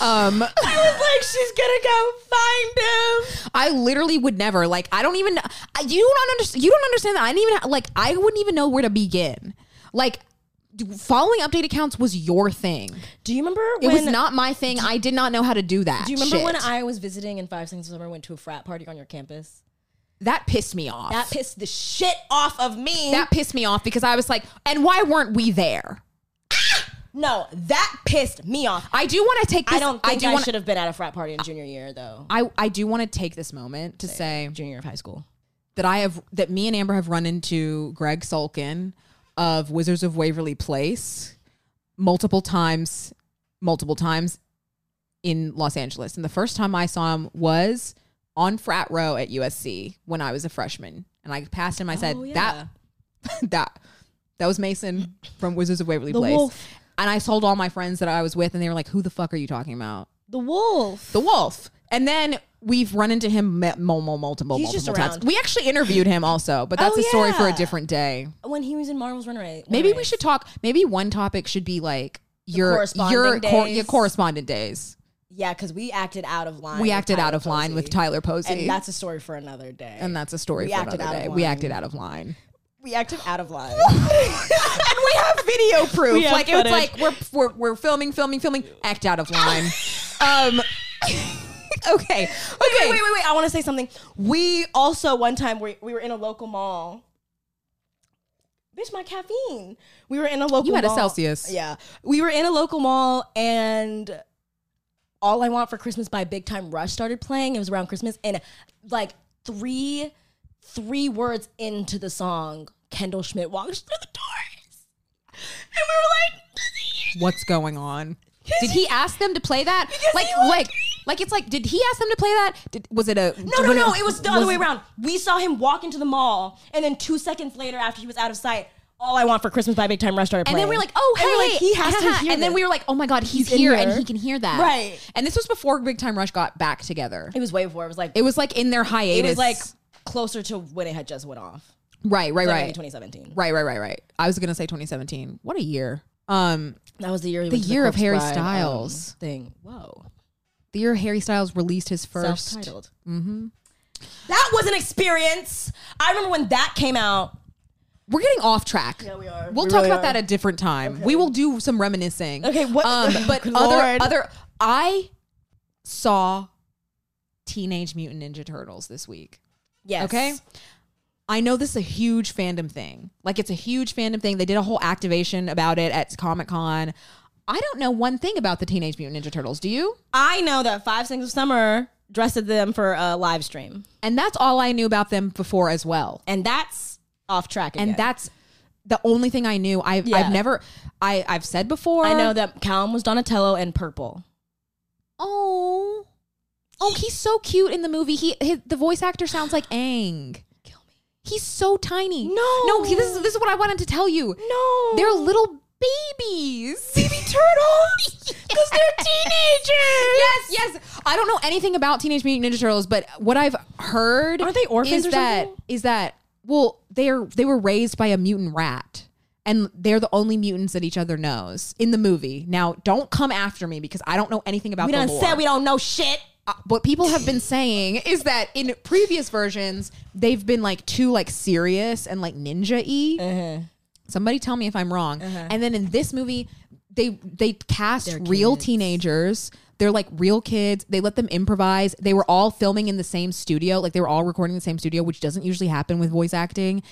Speaker 1: um,
Speaker 2: like she's gonna go find him.
Speaker 1: I literally would never like. I don't even. I- You don't understand. You don't understand that. I didn't even ha- like. I wouldn't even know where to begin. Like d- following update accounts was your thing.
Speaker 2: Do you remember
Speaker 1: It
Speaker 2: when
Speaker 1: was not my thing. I did not know how to do that.
Speaker 2: Do you remember when
Speaker 1: shit.
Speaker 2: I was visiting in Five Seconds of Summer went to a frat party on your campus?
Speaker 1: that pissed me off?
Speaker 2: That pissed the shit off of me.
Speaker 1: That pissed me off because I was like, and why weren't we there?
Speaker 2: no, that pissed me off.
Speaker 1: I do want to take. This,
Speaker 2: I don't think
Speaker 1: do
Speaker 2: I,
Speaker 1: wanna-
Speaker 2: should have been at a frat party in junior year though.
Speaker 1: I I do want to take this moment to say
Speaker 2: Junior year of high school.
Speaker 1: that I have that me and Amber have run into Greg Sulkin of Wizards of Waverly Place multiple times, multiple times in Los Angeles. And the first time I saw him was on frat row at USC when I was a freshman. And I passed him. I
Speaker 2: Oh,
Speaker 1: said that that that was Mason from Wizards of Waverly
Speaker 2: The
Speaker 1: Place.
Speaker 2: wolf.
Speaker 1: And I told all my friends that I was with, and they were like, "Who the fuck are you talking about?"
Speaker 2: The wolf.
Speaker 1: the wolf. And then we've run into him mu- mu- mu- multiple,
Speaker 2: He's just
Speaker 1: multiple times.
Speaker 2: around.
Speaker 1: We actually interviewed him also, but that's
Speaker 2: Oh,
Speaker 1: a story for a
Speaker 2: yeah.
Speaker 1: different day.
Speaker 2: When he was in Marvel's Runaway.
Speaker 1: Maybe we
Speaker 2: Runaways.
Speaker 1: should talk. Maybe one topic should be like your
Speaker 2: corresponding
Speaker 1: your cor-
Speaker 2: days.
Speaker 1: your correspondent days.
Speaker 2: Yeah, because we acted out of line.
Speaker 1: We
Speaker 2: with
Speaker 1: acted
Speaker 2: Tyler
Speaker 1: out of line
Speaker 2: Posey.
Speaker 1: with Tyler Posey,
Speaker 2: And that's a story for another day.
Speaker 1: And that's a story
Speaker 2: We
Speaker 1: for
Speaker 2: acted
Speaker 1: another
Speaker 2: out of
Speaker 1: day. We
Speaker 2: line.
Speaker 1: acted out of line,
Speaker 2: we acted out of line.
Speaker 1: and we have video proof.
Speaker 2: have
Speaker 1: like it was
Speaker 2: footage.
Speaker 1: like we're, we're we're filming, filming, filming. Act out of line. um. okay. Okay.
Speaker 2: wait, wait, wait, wait. I want to say something. We also one time we, we were in a local mall. Bitch, my caffeine. We were in a local.
Speaker 1: You had a
Speaker 2: mall.
Speaker 1: Celsius.
Speaker 2: Yeah, we were in a local mall, and all I want for Christmas by Big Time Rush started playing. It was around Christmas, and like three, three words into the song, Kendall Schmidt walks through the doors, and we were like,
Speaker 1: what's going on? Did he ask them to play that?
Speaker 2: Because
Speaker 1: Like,
Speaker 2: he liked
Speaker 1: like, like it's like, did he ask them to play that? Did, was it a
Speaker 2: No, no, no. It was the other way around. We saw him walk into the mall, and then two seconds later, after he was out of sight, "All I Want for Christmas" by Big Time Rush started
Speaker 1: And
Speaker 2: playing.
Speaker 1: then we were like, oh, hey,
Speaker 2: And we were like, he has to
Speaker 1: haha.
Speaker 2: hear.
Speaker 1: And then
Speaker 2: this.
Speaker 1: we were like, oh my god, he's,
Speaker 2: He's in
Speaker 1: here, and
Speaker 2: here.
Speaker 1: he can hear that,
Speaker 2: Right.
Speaker 1: And this was before Big Time Rush got back together.
Speaker 2: it was way before. It was like
Speaker 1: It was like in their
Speaker 2: it
Speaker 1: hiatus.
Speaker 2: was like closer to when it had just went off.
Speaker 1: right, right,
Speaker 2: Literally
Speaker 1: right,
Speaker 2: 2017.
Speaker 1: right, right, right, right. I was gonna say 2017. What a year. Um,
Speaker 2: That was the year. he
Speaker 1: The
Speaker 2: went to
Speaker 1: year of
Speaker 2: Corpse
Speaker 1: Harry
Speaker 2: Bride, um,
Speaker 1: Styles.
Speaker 2: thing. Whoa.
Speaker 1: the year Harry Styles released his first.
Speaker 2: Self-titled. Mm-hmm. That was an experience. I remember when that came out.
Speaker 1: We're getting off track.
Speaker 2: Yeah, we are.
Speaker 1: We'll
Speaker 2: We
Speaker 1: talk
Speaker 2: really
Speaker 1: about
Speaker 2: are.
Speaker 1: that a different time. We will do some reminiscing.
Speaker 2: Okay, what-
Speaker 1: Um, but
Speaker 2: Good
Speaker 1: other
Speaker 2: Lord.
Speaker 1: other, I saw Teenage Mutant Ninja Turtles this week.
Speaker 2: Yes.
Speaker 1: Okay. I know this is a huge fandom thing. Like it's a huge fandom thing. They did a whole activation about it at Comic Con. I don't know one thing about the Teenage Mutant Ninja Turtles. Do you?
Speaker 2: I know that Five Seconds of Summer dressed them for a live stream,
Speaker 1: And that's all I knew about them before as well.
Speaker 2: and that's off track. Again.
Speaker 1: And that's the only thing I knew. I've,
Speaker 2: Yeah.
Speaker 1: I've never, I, I've said before.
Speaker 2: I know that Callum was Donatello and purple.
Speaker 1: Oh, oh, he's so cute in the movie. He, his, the voice actor sounds like Aang.
Speaker 2: Kill me.
Speaker 1: He's so tiny.
Speaker 2: No.
Speaker 1: no. He, this is this is what I wanted to tell you.
Speaker 2: No,
Speaker 1: They're little babies.
Speaker 2: baby turtles because they're teenagers.
Speaker 1: yes, yes. I don't know anything about Teenage Mutant Ninja Turtles, but what I've heard
Speaker 2: Aren't they orphans
Speaker 1: is
Speaker 2: or
Speaker 1: that
Speaker 2: something?
Speaker 1: is that well, they're they were raised by a mutant rat. And they're the only mutants that each other knows in the movie. Now, don't come after me because I don't know anything about
Speaker 2: We
Speaker 1: the
Speaker 2: done
Speaker 1: lore.
Speaker 2: said we don't know shit.
Speaker 1: Uh, what people have been saying is that in previous versions, they've been like too like serious and like ninja-y.
Speaker 2: Uh-huh.
Speaker 1: Somebody tell me if I'm wrong. And then in this movie, they they cast real teenagers. They're like real kids. They let them improvise. They were all filming in the same studio. Like they were all recording in the same studio, which doesn't usually happen with voice acting.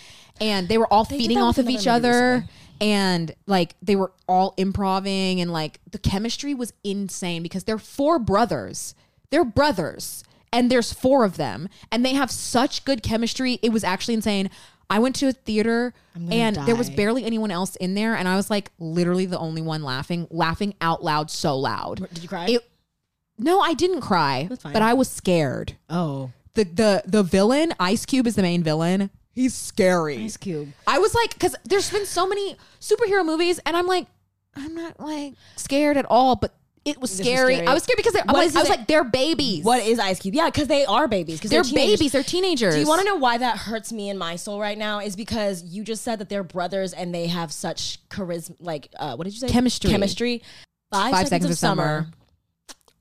Speaker 1: And they were all feeding
Speaker 2: that
Speaker 1: off
Speaker 2: with
Speaker 1: of each
Speaker 2: another movie
Speaker 1: other.
Speaker 2: recently.
Speaker 1: And like they were all improving and like the chemistry was insane because they're four brothers. They're brothers and there's four of them and they have such good chemistry. It was actually insane. I went to a theater and there was barely anyone else in there and I was like literally the only one laughing, laughing out loud so loud.
Speaker 2: Did you cry?
Speaker 1: It- no, I didn't cry,
Speaker 2: fine.
Speaker 1: but I was scared.
Speaker 2: oh,
Speaker 1: The the the villain, Ice Cube is the main villain. He's scary.
Speaker 2: Ice Cube.
Speaker 1: I was like, because there's been so many superhero movies, and I'm like, I'm not like scared at all, but it was
Speaker 2: was
Speaker 1: scary.
Speaker 2: scary.
Speaker 1: I was scared because they're, I
Speaker 2: What
Speaker 1: was,
Speaker 2: is
Speaker 1: I was
Speaker 2: it-
Speaker 1: like, they're babies.
Speaker 2: What is Ice Cube? Yeah, because they are babies. Because
Speaker 1: They're,
Speaker 2: teenagers.
Speaker 1: babies. They're teenagers.
Speaker 2: Do you want to know why that hurts me in my soul right now? Is because you just said that they're brothers and they have such charisma. Like, uh, what did you say?
Speaker 1: Chemistry.
Speaker 2: Chemistry. Five, seconds, of, summer,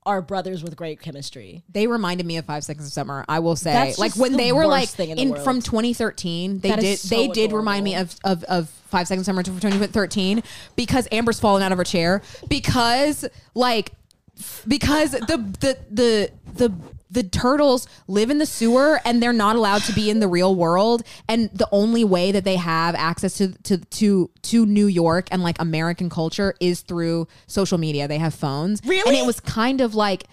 Speaker 2: are brothers with great chemistry.
Speaker 1: They reminded me of Five Seconds of Summer. I will say,
Speaker 2: That's
Speaker 1: like
Speaker 2: just
Speaker 1: when
Speaker 2: the
Speaker 1: they were
Speaker 2: worst
Speaker 1: like
Speaker 2: thing in the
Speaker 1: in
Speaker 2: world.
Speaker 1: from 2013, they
Speaker 2: That is
Speaker 1: did
Speaker 2: so
Speaker 1: they did remind me of of of Five Seconds of Summer from 2013 because Amber's fallen out of her chair because like because the the the the the turtles live in the sewer and they're not allowed to be in the real world and the only way that they have access to to to to New York and like American culture is through social media they have phones and
Speaker 2: Really?
Speaker 1: it was kind of like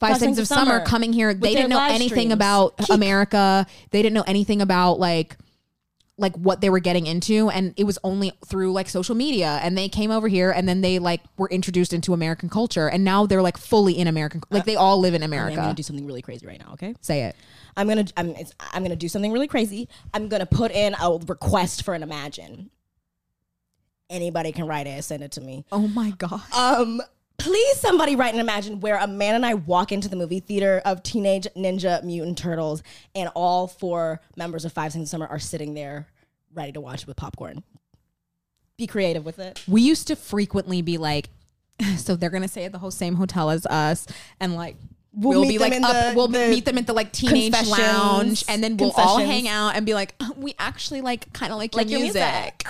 Speaker 1: Five Seconds of Summer coming here
Speaker 2: with
Speaker 1: they
Speaker 2: their
Speaker 1: didn't know
Speaker 2: live
Speaker 1: anything
Speaker 2: streams.
Speaker 1: about
Speaker 2: Keek.
Speaker 1: America they didn't know anything about like like what they were getting into and it was only through like social media and they came over here and then they like were introduced into American culture and now they're like fully in American like Uh, they all live in
Speaker 2: I'm gonna
Speaker 1: America.
Speaker 2: do something really crazy right now. Okay.
Speaker 1: Say it.
Speaker 2: I'm gonna I'm it's, I'm gonna do something really crazy. I'm gonna put in a request for an imagine. Anybody can write it. Send it to me.
Speaker 1: Oh my god.
Speaker 2: Um, please somebody write an imagine where a man and I walk into the movie theater of Teenage Ninja Mutant Turtles, and all four members of Five Seconds of Summer are sitting there ready to watch with popcorn. Be creative with it.
Speaker 1: we used to frequently be like so they're going to stay at the whole same hotel as us and like We'll,
Speaker 2: We'll meet
Speaker 1: be
Speaker 2: them
Speaker 1: like
Speaker 2: in
Speaker 1: up.
Speaker 2: the-
Speaker 1: we'll
Speaker 2: the
Speaker 1: meet them at the like teenage
Speaker 2: confessions-
Speaker 1: lounge, and then we'll all
Speaker 2: confessions.
Speaker 1: hang out and be like, "Uh, we actually like kind of like,
Speaker 2: Like your
Speaker 1: your
Speaker 2: music."
Speaker 1: music.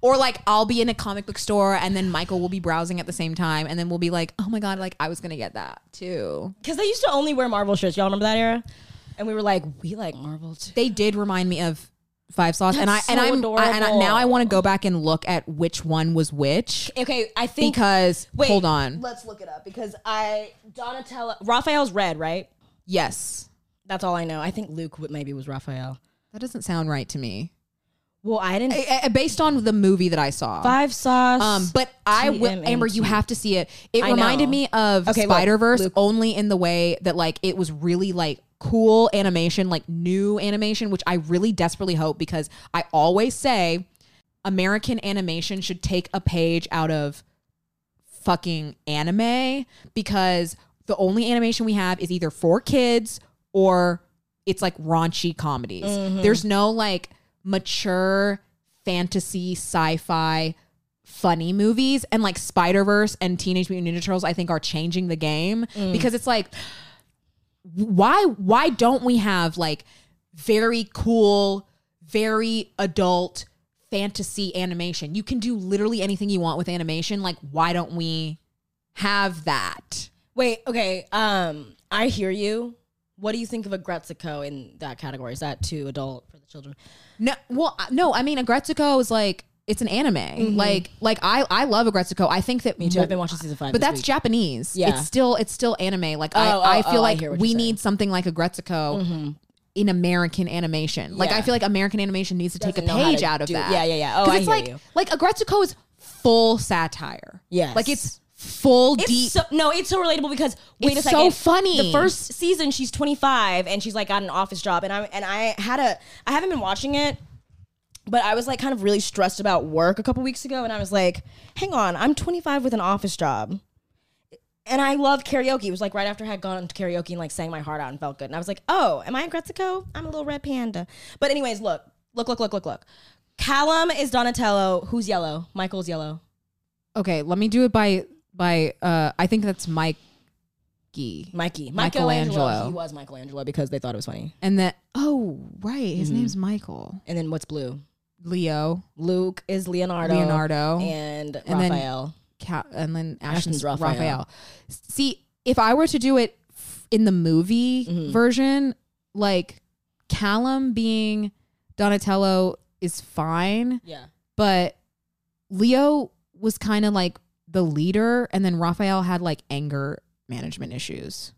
Speaker 1: Or like I'll be in a comic book store, and then Michael will be browsing at the same time, and then we'll be like, oh my god, like I was gonna get that too.
Speaker 2: Because they used to only wear Marvel shirts. Y'all remember that era? And we were like, we like Marvel too.
Speaker 1: They did remind me of Five Sauce, and I
Speaker 2: That's
Speaker 1: and I'm
Speaker 2: so
Speaker 1: I, and I,
Speaker 2: adorable.
Speaker 1: now I want to go back and look at which one was which
Speaker 2: Okay, I think
Speaker 1: because
Speaker 2: Wait,
Speaker 1: hold on,
Speaker 2: Let's look it up because I Donatello Raphael's red, right?
Speaker 1: yes,
Speaker 2: That's all I know. I think Luke would, maybe was Raphael.
Speaker 1: that doesn't sound right to me.
Speaker 2: Well, I didn't.
Speaker 1: Uh, uh, based on the movie that I saw.
Speaker 2: five sauce.
Speaker 1: Um, but I will,
Speaker 2: TMNT.
Speaker 1: Amber, you have to see it. It
Speaker 2: I
Speaker 1: reminded
Speaker 2: know.
Speaker 1: me of
Speaker 2: Okay, look,
Speaker 1: Spider Verse
Speaker 2: Luke.
Speaker 1: only in the way that like it was really like cool animation, like new animation, which I really desperately hope because I always say American animation should take a page out of fucking anime because the only animation we have is either for kids or it's like raunchy comedies. There's no like mature fantasy sci-fi funny movies and like Spider-Verse and Teenage Mutant Ninja Turtles I think are changing the game because it's like why why don't we have like very cool, very adult fantasy animation? You can do literally anything you want with animation. Like why don't we have that?
Speaker 2: wait, okay. Um, I hear you, What do you think of a Gretzico in that category? Is that too adult for the children?
Speaker 1: No, well, I- no. I mean, Agretzico is like it's an anime. Like, like I, I love Agretzico. I think that me
Speaker 2: Mm-hmm. too. I've been watching season five
Speaker 1: but
Speaker 2: this
Speaker 1: that's
Speaker 2: week.
Speaker 1: Japanese.
Speaker 2: Yeah.
Speaker 1: it's still it's still anime. Like
Speaker 2: Oh, oh,
Speaker 1: I, I
Speaker 2: oh,
Speaker 1: feel
Speaker 2: I
Speaker 1: like
Speaker 2: hear what
Speaker 1: we
Speaker 2: you're saying. Mm-hmm.
Speaker 1: need something like Agretzico in American animation. Like
Speaker 2: Yeah.
Speaker 1: I feel like American animation needs to take a
Speaker 2: Doesn't know how
Speaker 1: page
Speaker 2: to
Speaker 1: out of
Speaker 2: do-
Speaker 1: that.
Speaker 2: yeah, yeah, yeah. Oh,
Speaker 1: 'Cause
Speaker 2: I
Speaker 1: it's
Speaker 2: hear
Speaker 1: like
Speaker 2: you.
Speaker 1: like Agretzico is full satire.
Speaker 2: Yes.
Speaker 1: like it's full
Speaker 2: It's
Speaker 1: deep.
Speaker 2: so, no, it's so relatable because wait
Speaker 1: It's
Speaker 2: a
Speaker 1: so
Speaker 2: second.
Speaker 1: funny.
Speaker 2: The first season, she's 25 and she's like got an office job, and I and I had a I haven't been watching it, but I was like kind of really stressed about work a couple weeks ago, and I was like, hang on, I'm 25 with an office job. And I love karaoke. It was like right after I had gone to karaoke and like sang my heart out and felt good. And I was like, oh, am I in Gretzico? I'm a little red panda. But anyways, look, look, look, look, look, look. Callum is Donatello. Who's yellow? Michael's yellow.
Speaker 1: okay, let me do it by by. uh I think that's Mikey.
Speaker 2: Mikey.
Speaker 1: Michelangelo.
Speaker 2: He was Michelangelo because they thought it was funny.
Speaker 1: And that oh right,
Speaker 2: Mm-hmm.
Speaker 1: his name's Michael
Speaker 2: And then what's blue?
Speaker 1: Leo
Speaker 2: Luke is Leonardo.
Speaker 1: Leonardo.
Speaker 2: And,
Speaker 1: And then-
Speaker 2: Raphael.
Speaker 1: Ca- and then Ashton's,
Speaker 2: Ashton's Raphael.
Speaker 1: Raphael. See, if I were to do it f- in the movie version, like Callum being Donatello is fine,
Speaker 2: yeah.
Speaker 1: but Leo was kind of like the leader, and then Raphael had like anger management issues.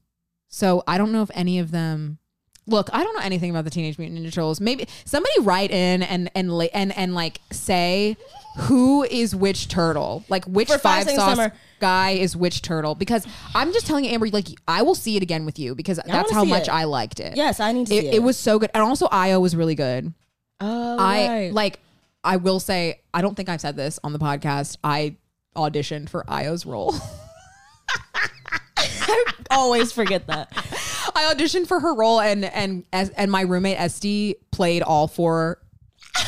Speaker 1: So I don't know if any of them. Look, I don't know anything about the Teenage Mutant Ninja Turtles. Maybe somebody write in and and la- and and like say who is which turtle, like which
Speaker 2: For Five
Speaker 1: five
Speaker 2: Seconds
Speaker 1: sauce
Speaker 2: Summer.
Speaker 1: guy is which turtle. Because I'm just telling you, Amber, like I will see it again with you because that's
Speaker 2: wanna
Speaker 1: how
Speaker 2: see
Speaker 1: much
Speaker 2: it.
Speaker 1: I liked it.
Speaker 2: Yes, I need to
Speaker 1: it,
Speaker 2: see
Speaker 1: it was so good, and also Io was really good.
Speaker 2: Oh,
Speaker 1: I
Speaker 2: right.
Speaker 1: like I will say I don't think I've said this on the podcast. I auditioned for Io's role.
Speaker 2: always forget that.
Speaker 1: I auditioned for her role and and as and my roommate Esty played all four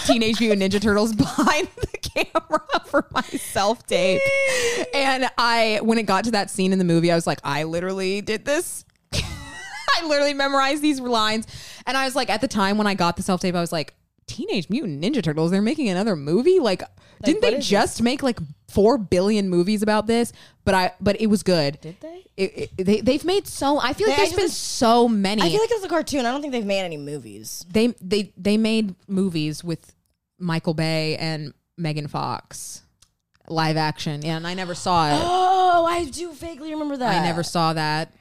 Speaker 1: Teenage Mutant Ninja Turtles behind the camera for my self tape. And I when it got to that scene in the movie, I was like, I literally did this. I literally memorized these lines. And I was like, at the time when I got the self tape, I was like, Teenage Mutant Ninja Turtles, they're making another movie? Like, didn't they just make like four billion movies about this? But I but it was good. Did
Speaker 2: they?
Speaker 1: It, it- they they've made so I feel like
Speaker 2: They- I
Speaker 1: there's been
Speaker 2: just-
Speaker 1: so many.
Speaker 2: I feel like it was a cartoon. I don't think they've made any movies.
Speaker 1: they they they made movies with Michael Bay and Megan Fox, live action. Yeah, and I never saw it.
Speaker 2: Oh, I do vaguely remember that.
Speaker 1: I never saw that.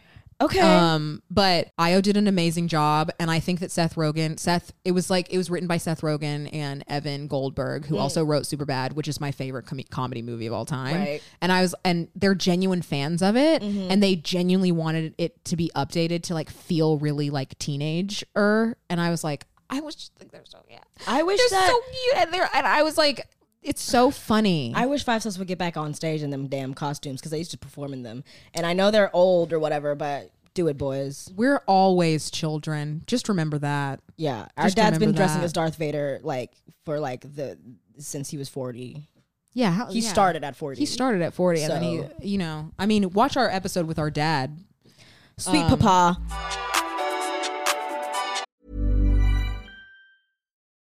Speaker 2: Okay.
Speaker 1: Um, but Io did an amazing job, and I think that Seth Rogen, Seth, it was like it was written by Seth Rogen and Evan Goldberg,
Speaker 2: Mm.
Speaker 1: who also wrote Superbad, which is my favorite com- comedy movie of all time.
Speaker 2: Right. Mm-hmm.
Speaker 1: And I was, and they're genuine fans of it, and they genuinely wanted it to be updated to like feel really like teenage er. And I was like, I was just like, they're so yeah,
Speaker 2: I wish
Speaker 1: they're
Speaker 2: that
Speaker 1: so cute, and they're, and I was like, it's so funny.
Speaker 2: I wish Five Sus would get back on stage in them damn costumes because they used to perform in them. And I know they're old or whatever, but do it, boys.
Speaker 1: We're always children. Just remember that.
Speaker 2: Yeah, our
Speaker 1: Just
Speaker 2: dad's been
Speaker 1: remember
Speaker 2: dressing
Speaker 1: that.
Speaker 2: as Darth Vader like for like the since he was forty.
Speaker 1: Yeah, how,
Speaker 2: He
Speaker 1: yeah.
Speaker 2: started at forty.
Speaker 1: He started at 40 and then
Speaker 2: So-
Speaker 1: he, you know, I mean, watch our episode with our dad.
Speaker 2: Sweet
Speaker 1: um,
Speaker 2: Papa.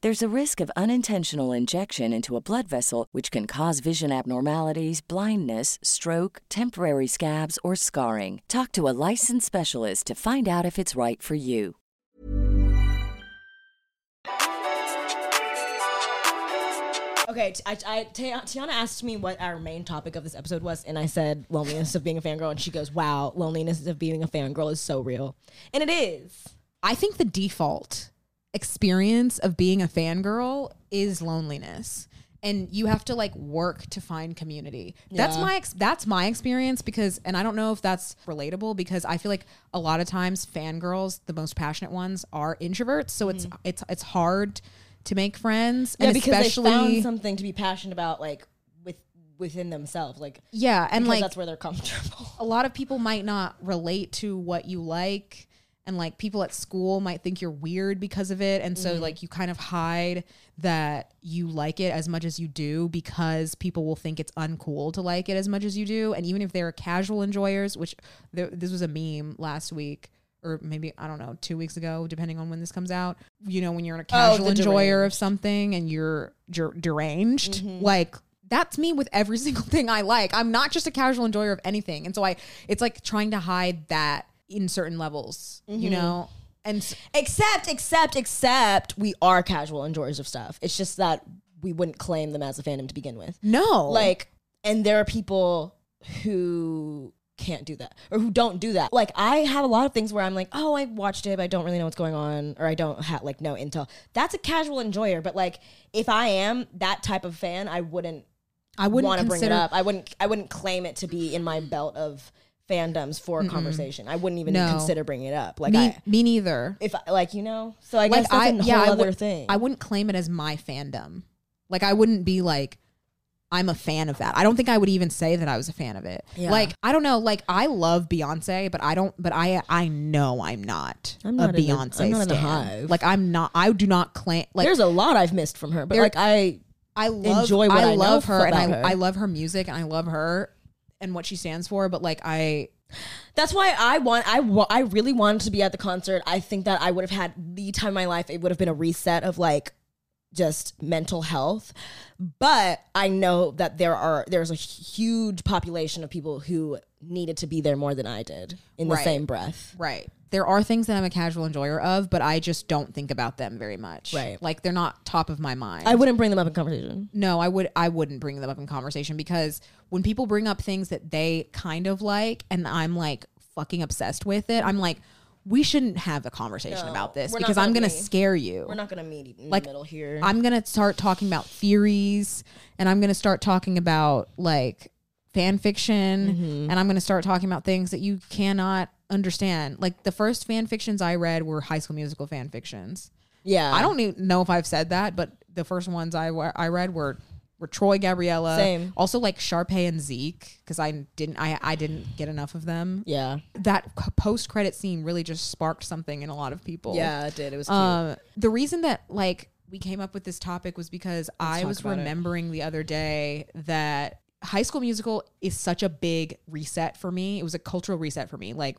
Speaker 5: There's a risk of unintentional injection into a blood vessel, which can cause vision abnormalities, blindness, stroke, temporary scabs, or scarring. Talk to a licensed specialist to find out if it's right for you.
Speaker 2: Okay, t- I, I, Tay- Tiana asked me what our main topic of this episode was, and I said loneliness of being a fangirl, and she goes, "Wow, loneliness of being a fangirl is so real," and it is.
Speaker 1: I think the default experience of being a fangirl is loneliness. And you have to like work to find community. That's
Speaker 2: Yeah.
Speaker 1: my ex- that's my experience because, and I don't know if that's relatable because I feel like a lot of times fangirls, the most passionate ones, are introverts. So it's it's it's hard to make friends,
Speaker 2: Mm-hmm. Yeah,
Speaker 1: and
Speaker 2: because
Speaker 1: especially
Speaker 2: they found something to be passionate about, like with within themselves, like
Speaker 1: yeah, and
Speaker 2: because
Speaker 1: like
Speaker 2: that's where they're comfortable.
Speaker 1: a lot of people might not relate to what you like and like people at school might think you're weird because of it and so like you kind of hide that you like it as much as you do because people will think it's uncool to like it as much as you do and even if they're casual enjoyers which th- this was a meme last week or maybe I don't know, two weeks ago, depending on when this comes out. You know, when you're a casual
Speaker 2: the
Speaker 1: enjoyer of something and you're der- deranged,
Speaker 2: Mm-hmm.
Speaker 1: like that's me with every single thing I like. I'm not just a casual enjoyer of anything, and so I, it's like trying to hide that in certain levels, you
Speaker 2: Mm-hmm.
Speaker 1: know. And s-
Speaker 2: Except, except, except, we are casual enjoyers of stuff. It's just that we wouldn't claim them as a fandom to begin with.
Speaker 1: no,
Speaker 2: Like, and there are people who can't do that or who don't do that. Like, I have a lot of things where I'm like, oh, I watched it, but I don't really know what's going on, or I don't have like no intel. That's a casual enjoyer, but like, if I am that type of fan, I wouldn't
Speaker 1: I wouldn't
Speaker 2: want to bring it
Speaker 1: consider-
Speaker 2: up. I wouldn't. I wouldn't claim it to be in my belt of fandoms for conversation. I wouldn't even
Speaker 1: No.
Speaker 2: consider bringing it up. Like,
Speaker 1: me,
Speaker 2: I,
Speaker 1: me neither.
Speaker 2: if I, like you know, so I guess that's a whole
Speaker 1: I
Speaker 2: other
Speaker 1: would-
Speaker 2: thing.
Speaker 1: I wouldn't claim it as my fandom. Like I wouldn't be like I'm a fan of that. I don't think I would even say that I was a fan of it.
Speaker 2: Yeah.
Speaker 1: Like I don't know. Like I love Beyonce, but I don't. But I I know I'm not
Speaker 2: I'm
Speaker 1: a
Speaker 2: not in the-
Speaker 1: Beyonce
Speaker 2: I'm not in the
Speaker 1: stan.
Speaker 2: hive.
Speaker 1: Like I'm not. I do not claim. Like
Speaker 2: There's a lot I've missed from her, but
Speaker 1: There-
Speaker 2: like I
Speaker 1: I love,
Speaker 2: enjoy what I know
Speaker 1: love her, and I
Speaker 2: about her.
Speaker 1: I love her music, and I love her and what she stands for. But like I
Speaker 2: That's why I want I wa- I really wanted to be at the concert. I think that I would have had the time of my life. It would have been a reset of like just mental health. But I know that there are there's a huge population of people who needed to be there more than I did in the
Speaker 1: Right.
Speaker 2: same breath.
Speaker 1: Right. There are things that I'm a casual enjoyer of, but I just don't think about them very much.
Speaker 2: Right.
Speaker 1: Like they're not top of my mind.
Speaker 2: I wouldn't bring them up in conversation.
Speaker 1: no, I would I wouldn't bring them up in conversation because when people bring up things that they kind of like and I'm like fucking obsessed with it, I'm like, we shouldn't have a conversation about this
Speaker 2: we're not
Speaker 1: because I'm
Speaker 2: gonna
Speaker 1: gonna
Speaker 2: be.
Speaker 1: scare you.
Speaker 2: We're not gonna meet in
Speaker 1: Like,
Speaker 2: the middle here.
Speaker 1: I'm gonna start talking about theories, and I'm gonna start talking about like fan fiction,
Speaker 2: Mm-hmm.
Speaker 1: and I'm gonna start talking about things that you cannot understand. Like the first fan fictions I read were High School Musical fan fictions.
Speaker 2: yeah,
Speaker 1: I don't even know if I've said that, but the first ones I wa- I read were were Troy Gabriella,
Speaker 2: Same.
Speaker 1: also like Sharpay and Zeke, because I didn't I I didn't get enough of them.
Speaker 2: Yeah,
Speaker 1: That post credit scene really just sparked something in a lot of people.
Speaker 2: yeah, it did. It was cute.
Speaker 1: Um, the reason that like we came up with this topic was because I was remembering the other day that High School Musical is such a big reset for me. It was a cultural reset for me. Like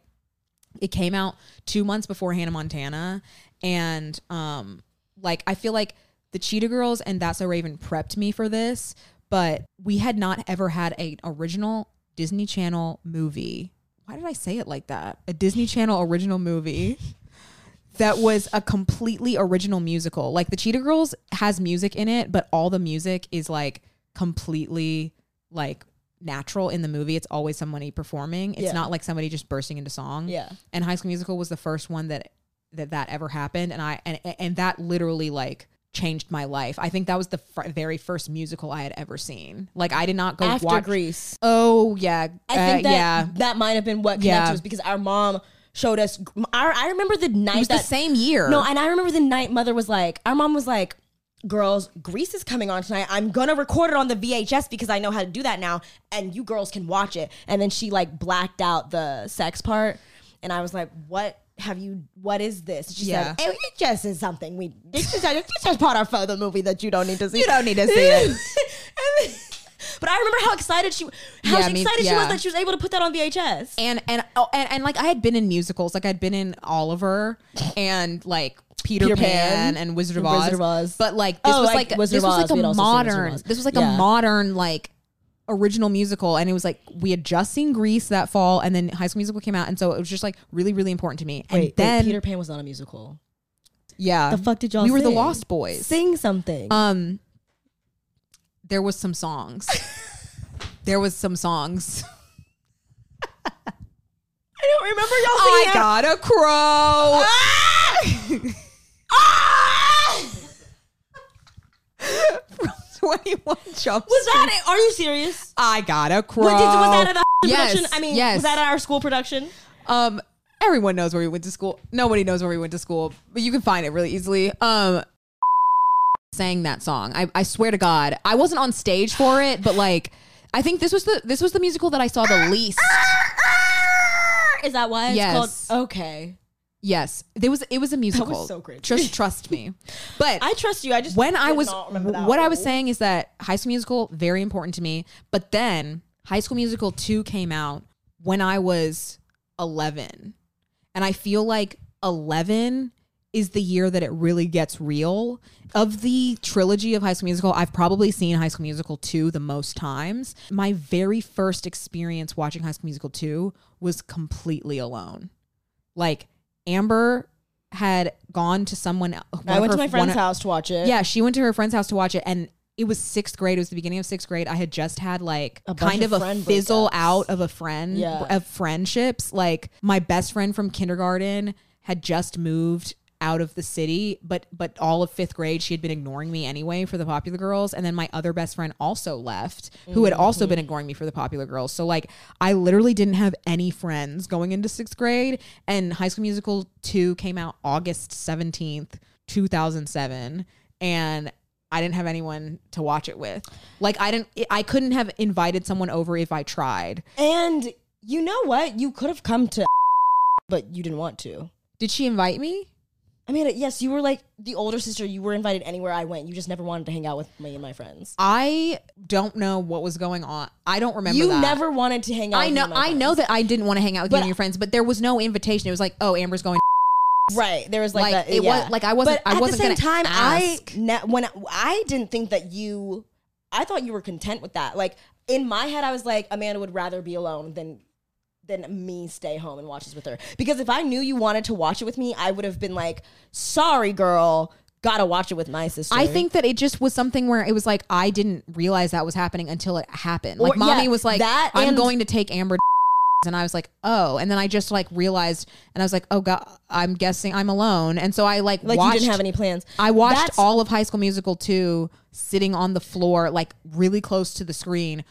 Speaker 1: it came out two months before Hannah Montana, and um, like I feel like the Cheetah Girls and That's So Raven prepped me for this, but we had not ever had an original Disney Channel movie. Why did I say it like that? A Disney Channel original movie that was a completely original musical. Like the Cheetah Girls has music in it, but all the music is like completely like natural in the movie. It's always somebody performing. It's
Speaker 2: Yeah.
Speaker 1: not like somebody just bursting into song.
Speaker 2: Yeah.
Speaker 1: And High School Musical was the first one that that that ever happened, and I and and that literally like changed my life. I think that was the fr- very first musical I had ever seen. Like I did not go
Speaker 2: After
Speaker 1: watch.
Speaker 2: Grease,
Speaker 1: Oh yeah,
Speaker 2: I think
Speaker 1: Uh,
Speaker 2: that
Speaker 1: yeah.
Speaker 2: that might have been what connected
Speaker 1: Yeah.
Speaker 2: us because our mom showed us. Our, I remember the night
Speaker 1: It was the
Speaker 2: that
Speaker 1: same year.
Speaker 2: No, and I remember the night mother was like, our mom was like, "Girls, Grease is coming on tonight. I'm gonna record it on the VHS because I know how to do that now, and you girls can watch it." And then she like blacked out the sex part, and I was like, "What?" have you? What is this?" She
Speaker 1: Yeah.
Speaker 2: said, "Eh, "It just is something we. It's just, it's just part of the movie that you don't need to see.
Speaker 1: You don't need to see it.
Speaker 2: And then- but I remember how excited she, how
Speaker 1: Yeah,
Speaker 2: she
Speaker 1: me-
Speaker 2: excited she
Speaker 1: yeah.
Speaker 2: was that she was able to put that on VHS.
Speaker 1: and and oh, and, and like I had been in musicals, like I'd been in Oliver and like Peter,
Speaker 2: Peter
Speaker 1: Pan,
Speaker 2: Pan
Speaker 1: and Wizard of,
Speaker 2: and
Speaker 1: Oz.
Speaker 2: Wizard of Oz.
Speaker 1: But like this
Speaker 2: Oh,
Speaker 1: was
Speaker 2: like
Speaker 1: like,
Speaker 2: Wizard
Speaker 1: this
Speaker 2: of
Speaker 1: was
Speaker 2: Oz.
Speaker 1: like
Speaker 2: We
Speaker 1: a
Speaker 2: had also seen Wizard of
Speaker 1: modern.
Speaker 2: Oz.
Speaker 1: This was like
Speaker 2: Yeah.
Speaker 1: a modern like original musical, and it was like we had just seen Grease that fall, and then High School Musical came out, and so it was just like really really important to me. And then
Speaker 2: Peter Pan was not a musical.
Speaker 1: yeah,
Speaker 2: The fuck did y'all?
Speaker 1: We were the
Speaker 2: sing?
Speaker 1: Lost Boys.
Speaker 2: Sing something.
Speaker 1: Um, there was some songs. there was some songs.
Speaker 2: I don't remember y'all
Speaker 1: I gotta crow. From 21 Jump
Speaker 2: was
Speaker 1: Street.
Speaker 2: that it? Are you serious?
Speaker 1: I gotta crow.
Speaker 2: What did- was that at the
Speaker 1: Yes,
Speaker 2: production? I mean,
Speaker 1: yes.
Speaker 2: was that at our school production?
Speaker 1: Um, everyone knows where we went to school. Nobody knows where we went to school, but you can find it really easily. Um, sang that song. I, I swear to God, I wasn't on stage for it, but like, I think this was the this was the musical that I saw the least.
Speaker 2: Is that why it's
Speaker 1: Yes.
Speaker 2: called? Okay.
Speaker 1: Yes, there was it was a musical.
Speaker 2: so cringy.
Speaker 1: Just trust me. But
Speaker 2: I trust you. I just
Speaker 1: when I
Speaker 2: did
Speaker 1: was
Speaker 2: not remember that
Speaker 1: what I was
Speaker 2: role.
Speaker 1: saying is that High School Musical very important to me, but then High School Musical 2 came out when I was 11. And I feel like 11 is the year that it really gets real. Of the trilogy of High School Musical, I've probably seen High School Musical 2 the most times. My very first experience watching High School Musical 2 was completely alone. Like Amber had gone to someone el- one
Speaker 2: I
Speaker 1: of
Speaker 2: went to
Speaker 1: her-
Speaker 2: my friend's
Speaker 1: one of-
Speaker 2: house to watch it.
Speaker 1: yeah, she went to her friend's house to watch it, and it was sixth grade. It was the beginning of sixth grade. I had just had like
Speaker 2: A bunch
Speaker 1: kind
Speaker 2: of
Speaker 1: of, a
Speaker 2: friend
Speaker 1: fizzle
Speaker 2: breakups.
Speaker 1: out of a friend
Speaker 2: Yeah.
Speaker 1: of friendships. Like my best friend from kindergarten had just moved out of the city, but but all of fifth grade she had been ignoring me anyway for the popular girls, and then my other best friend also left, who had also been ignoring me for the popular girls. So like I literally didn't have any friends going into sixth grade, and High School Musical two came out August seventeenth, two thousand seven, and I didn't have anyone to watch it with. Like I didn't I couldn't have invited someone over if I tried.
Speaker 2: And you know what? You could have come to, but you didn't want to.
Speaker 1: Did she invite me?
Speaker 2: I mean, yes, you were like the older sister. You were invited anywhere I went. You just never wanted to hang out with me and my friends.
Speaker 1: I don't know what was going on. I don't remember
Speaker 2: you
Speaker 1: that.
Speaker 2: never wanted to hang out.
Speaker 1: I
Speaker 2: with me
Speaker 1: know
Speaker 2: and my
Speaker 1: I
Speaker 2: friends.
Speaker 1: know that I didn't want to hang out with you
Speaker 2: But-
Speaker 1: and your friends, but there was no invitation. It was like, "Oh, Amber's going."
Speaker 2: Right. There was like,
Speaker 1: Like,
Speaker 2: that,
Speaker 1: it
Speaker 2: yeah.
Speaker 1: was- like, I wasn't-
Speaker 2: But
Speaker 1: I
Speaker 2: at
Speaker 1: wasn't
Speaker 2: the same
Speaker 1: gonna
Speaker 2: time.
Speaker 1: ask.
Speaker 2: I ne- when I didn't think that you, I thought you were content with that. Like in my head, I was like, Amanda would rather be alone than than me stay home and watch this with her. Because if I knew you wanted to watch it with me, I would have been like, sorry, girl, gotta watch it with my sister.
Speaker 1: I think that it just was something where it was like I didn't realize that was happening until it happened. Like
Speaker 2: Or-
Speaker 1: mommy
Speaker 2: yeah,
Speaker 1: was like,
Speaker 2: that
Speaker 1: "I'm
Speaker 2: and-
Speaker 1: going to take Amber," to and I was like, "Oh," and then I just like realized, and I was like, "Oh God, I'm guessing I'm alone." And so I like
Speaker 2: like
Speaker 1: watched,
Speaker 2: you didn't have any plans.
Speaker 1: I watched
Speaker 2: That's-
Speaker 1: all of High School Musical 2 sitting on the floor, like really close to the screen,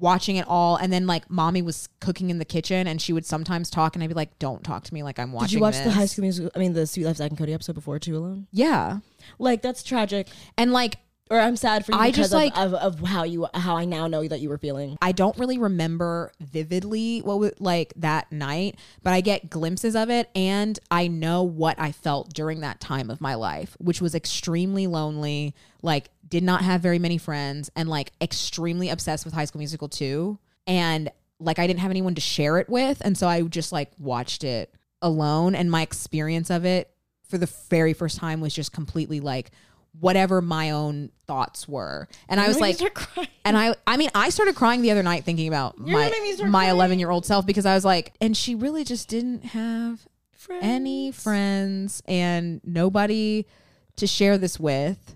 Speaker 1: watching it all. And then like mommy was cooking in the kitchen and she would sometimes talk and I'd be like, don't talk to me like I'm watching
Speaker 2: Did you watch the
Speaker 1: this."
Speaker 2: High School Musical? I mean, the Sweet Life Zach and Cody episode before Too Alone.
Speaker 1: Yeah.
Speaker 2: Like that's tragic,
Speaker 1: And like,
Speaker 2: or I'm sad for you
Speaker 1: I
Speaker 2: because
Speaker 1: just,
Speaker 2: of,
Speaker 1: like-
Speaker 2: of, of how you how I now know that you were feeling.
Speaker 1: I don't really remember vividly what was like that night, but I get glimpses of it and I know what I felt during that time of my life, which was extremely lonely, like did not have very many friends and like extremely obsessed with High School Musical 2 and like I didn't have anyone to share it with and so I just like watched it alone and my experience of it for the very first time was just completely like whatever my own thoughts were and I was like
Speaker 2: You're crying.
Speaker 1: and I, I mean, I started crying the other night thinking about my
Speaker 2: gonna make me start
Speaker 1: my
Speaker 2: crying.
Speaker 1: eleven year old self because I was like, and she really just didn't have
Speaker 2: Friends.
Speaker 1: any friends and nobody to share this with,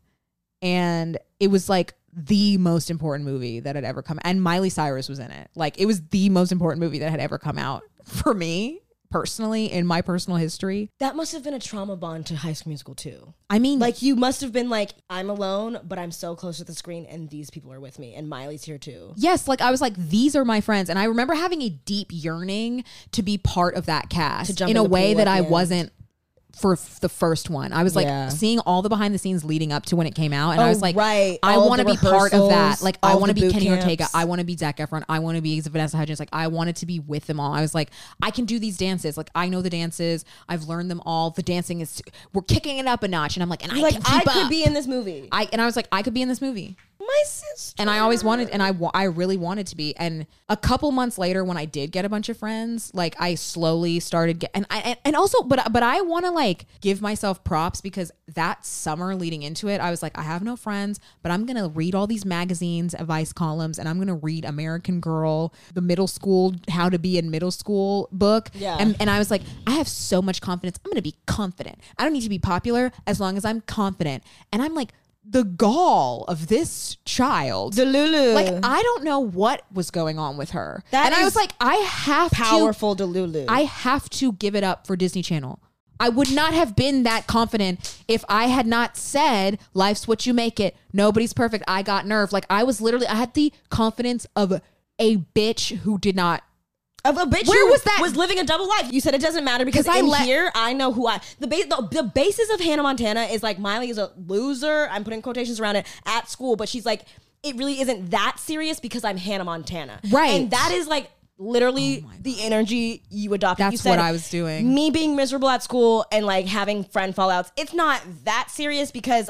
Speaker 1: and it was like the most important movie that had ever come, and Miley Cyrus was in it. Like it was the most important movie that had ever come out for me personally in my personal history.
Speaker 2: That must have been a trauma bond to High School Musical too.
Speaker 1: I mean,
Speaker 2: Like you must have been like, I'm alone, but I'm so close to the screen, and these people are with me, and Miley's here too.
Speaker 1: Yes, like I was like, these are my friends. And I remember having a deep yearning to be part of that cast
Speaker 2: To jump
Speaker 1: in
Speaker 2: in
Speaker 1: a
Speaker 2: the
Speaker 1: way
Speaker 2: pool
Speaker 1: that
Speaker 2: at
Speaker 1: I
Speaker 2: the end.
Speaker 1: wasn't for f- the first one. I was like
Speaker 2: Yeah.
Speaker 1: seeing all the behind the scenes leading up to when it came out, and I
Speaker 2: Oh,
Speaker 1: was like,
Speaker 2: right.
Speaker 1: I
Speaker 2: All
Speaker 1: want to
Speaker 2: the
Speaker 1: be part of that.
Speaker 2: rehearsals,
Speaker 1: Like, I
Speaker 2: all
Speaker 1: want to
Speaker 2: the
Speaker 1: be
Speaker 2: boot
Speaker 1: Kenny Ortega.
Speaker 2: camps.
Speaker 1: I want to be Zac Efron. I want to be Vanessa Hudgens. Like, I wanted to be with them all. I was like, I can do these dances. Like, I know the dances. I've learned them all. The dancing is we're kicking it up a notch, and I'm like, and I
Speaker 2: like
Speaker 1: can
Speaker 2: I
Speaker 1: keep
Speaker 2: could
Speaker 1: up.
Speaker 2: be in this movie.
Speaker 1: I and I was like, I could be in this movie
Speaker 2: My sister.
Speaker 1: and I always wanted, and I wa- I really wanted to be. And a couple months later, when I did get a bunch of friends, like I slowly started get, and I and, and also, but but I want to like give myself props because that summer leading into it, I was like, I have no friends, but I'm gonna read all these magazines, advice columns, and I'm gonna read American Girl, the middle school How to Be in Middle School book,
Speaker 2: Yeah.
Speaker 1: and and I was like, I have so much confidence. I'm gonna be confident. I don't need to be popular as long as I'm confident. And I'm like. The gall of this child
Speaker 2: The Lulu.
Speaker 1: like I don't know what was going on with her.
Speaker 2: That
Speaker 1: and I
Speaker 2: is
Speaker 1: was like, I have
Speaker 2: powerful
Speaker 1: To,
Speaker 2: Delulu.
Speaker 1: I have to give it up for Disney Channel. I would not have been that confident if I had not said, "Life's what you make it. Nobody's perfect. I got nerve." Like I was literally, I had the confidence of a bitch who did not.
Speaker 2: of a bitch
Speaker 1: Where
Speaker 2: who
Speaker 1: was that-
Speaker 2: was living a double life. You said it doesn't matter because
Speaker 1: 'Cause I
Speaker 2: in
Speaker 1: let-
Speaker 2: here I know who I the, ba- the the basis of Hannah Montana is like Miley is a loser. I'm putting quotations around it at school, but she's like it really isn't that serious because I'm Hannah Montana.
Speaker 1: Right. Oh
Speaker 2: And that is like literally the energy you adopted. You
Speaker 1: That's
Speaker 2: said
Speaker 1: what I was doing.
Speaker 2: Me being miserable at school and like having friend fallouts. It's not that serious because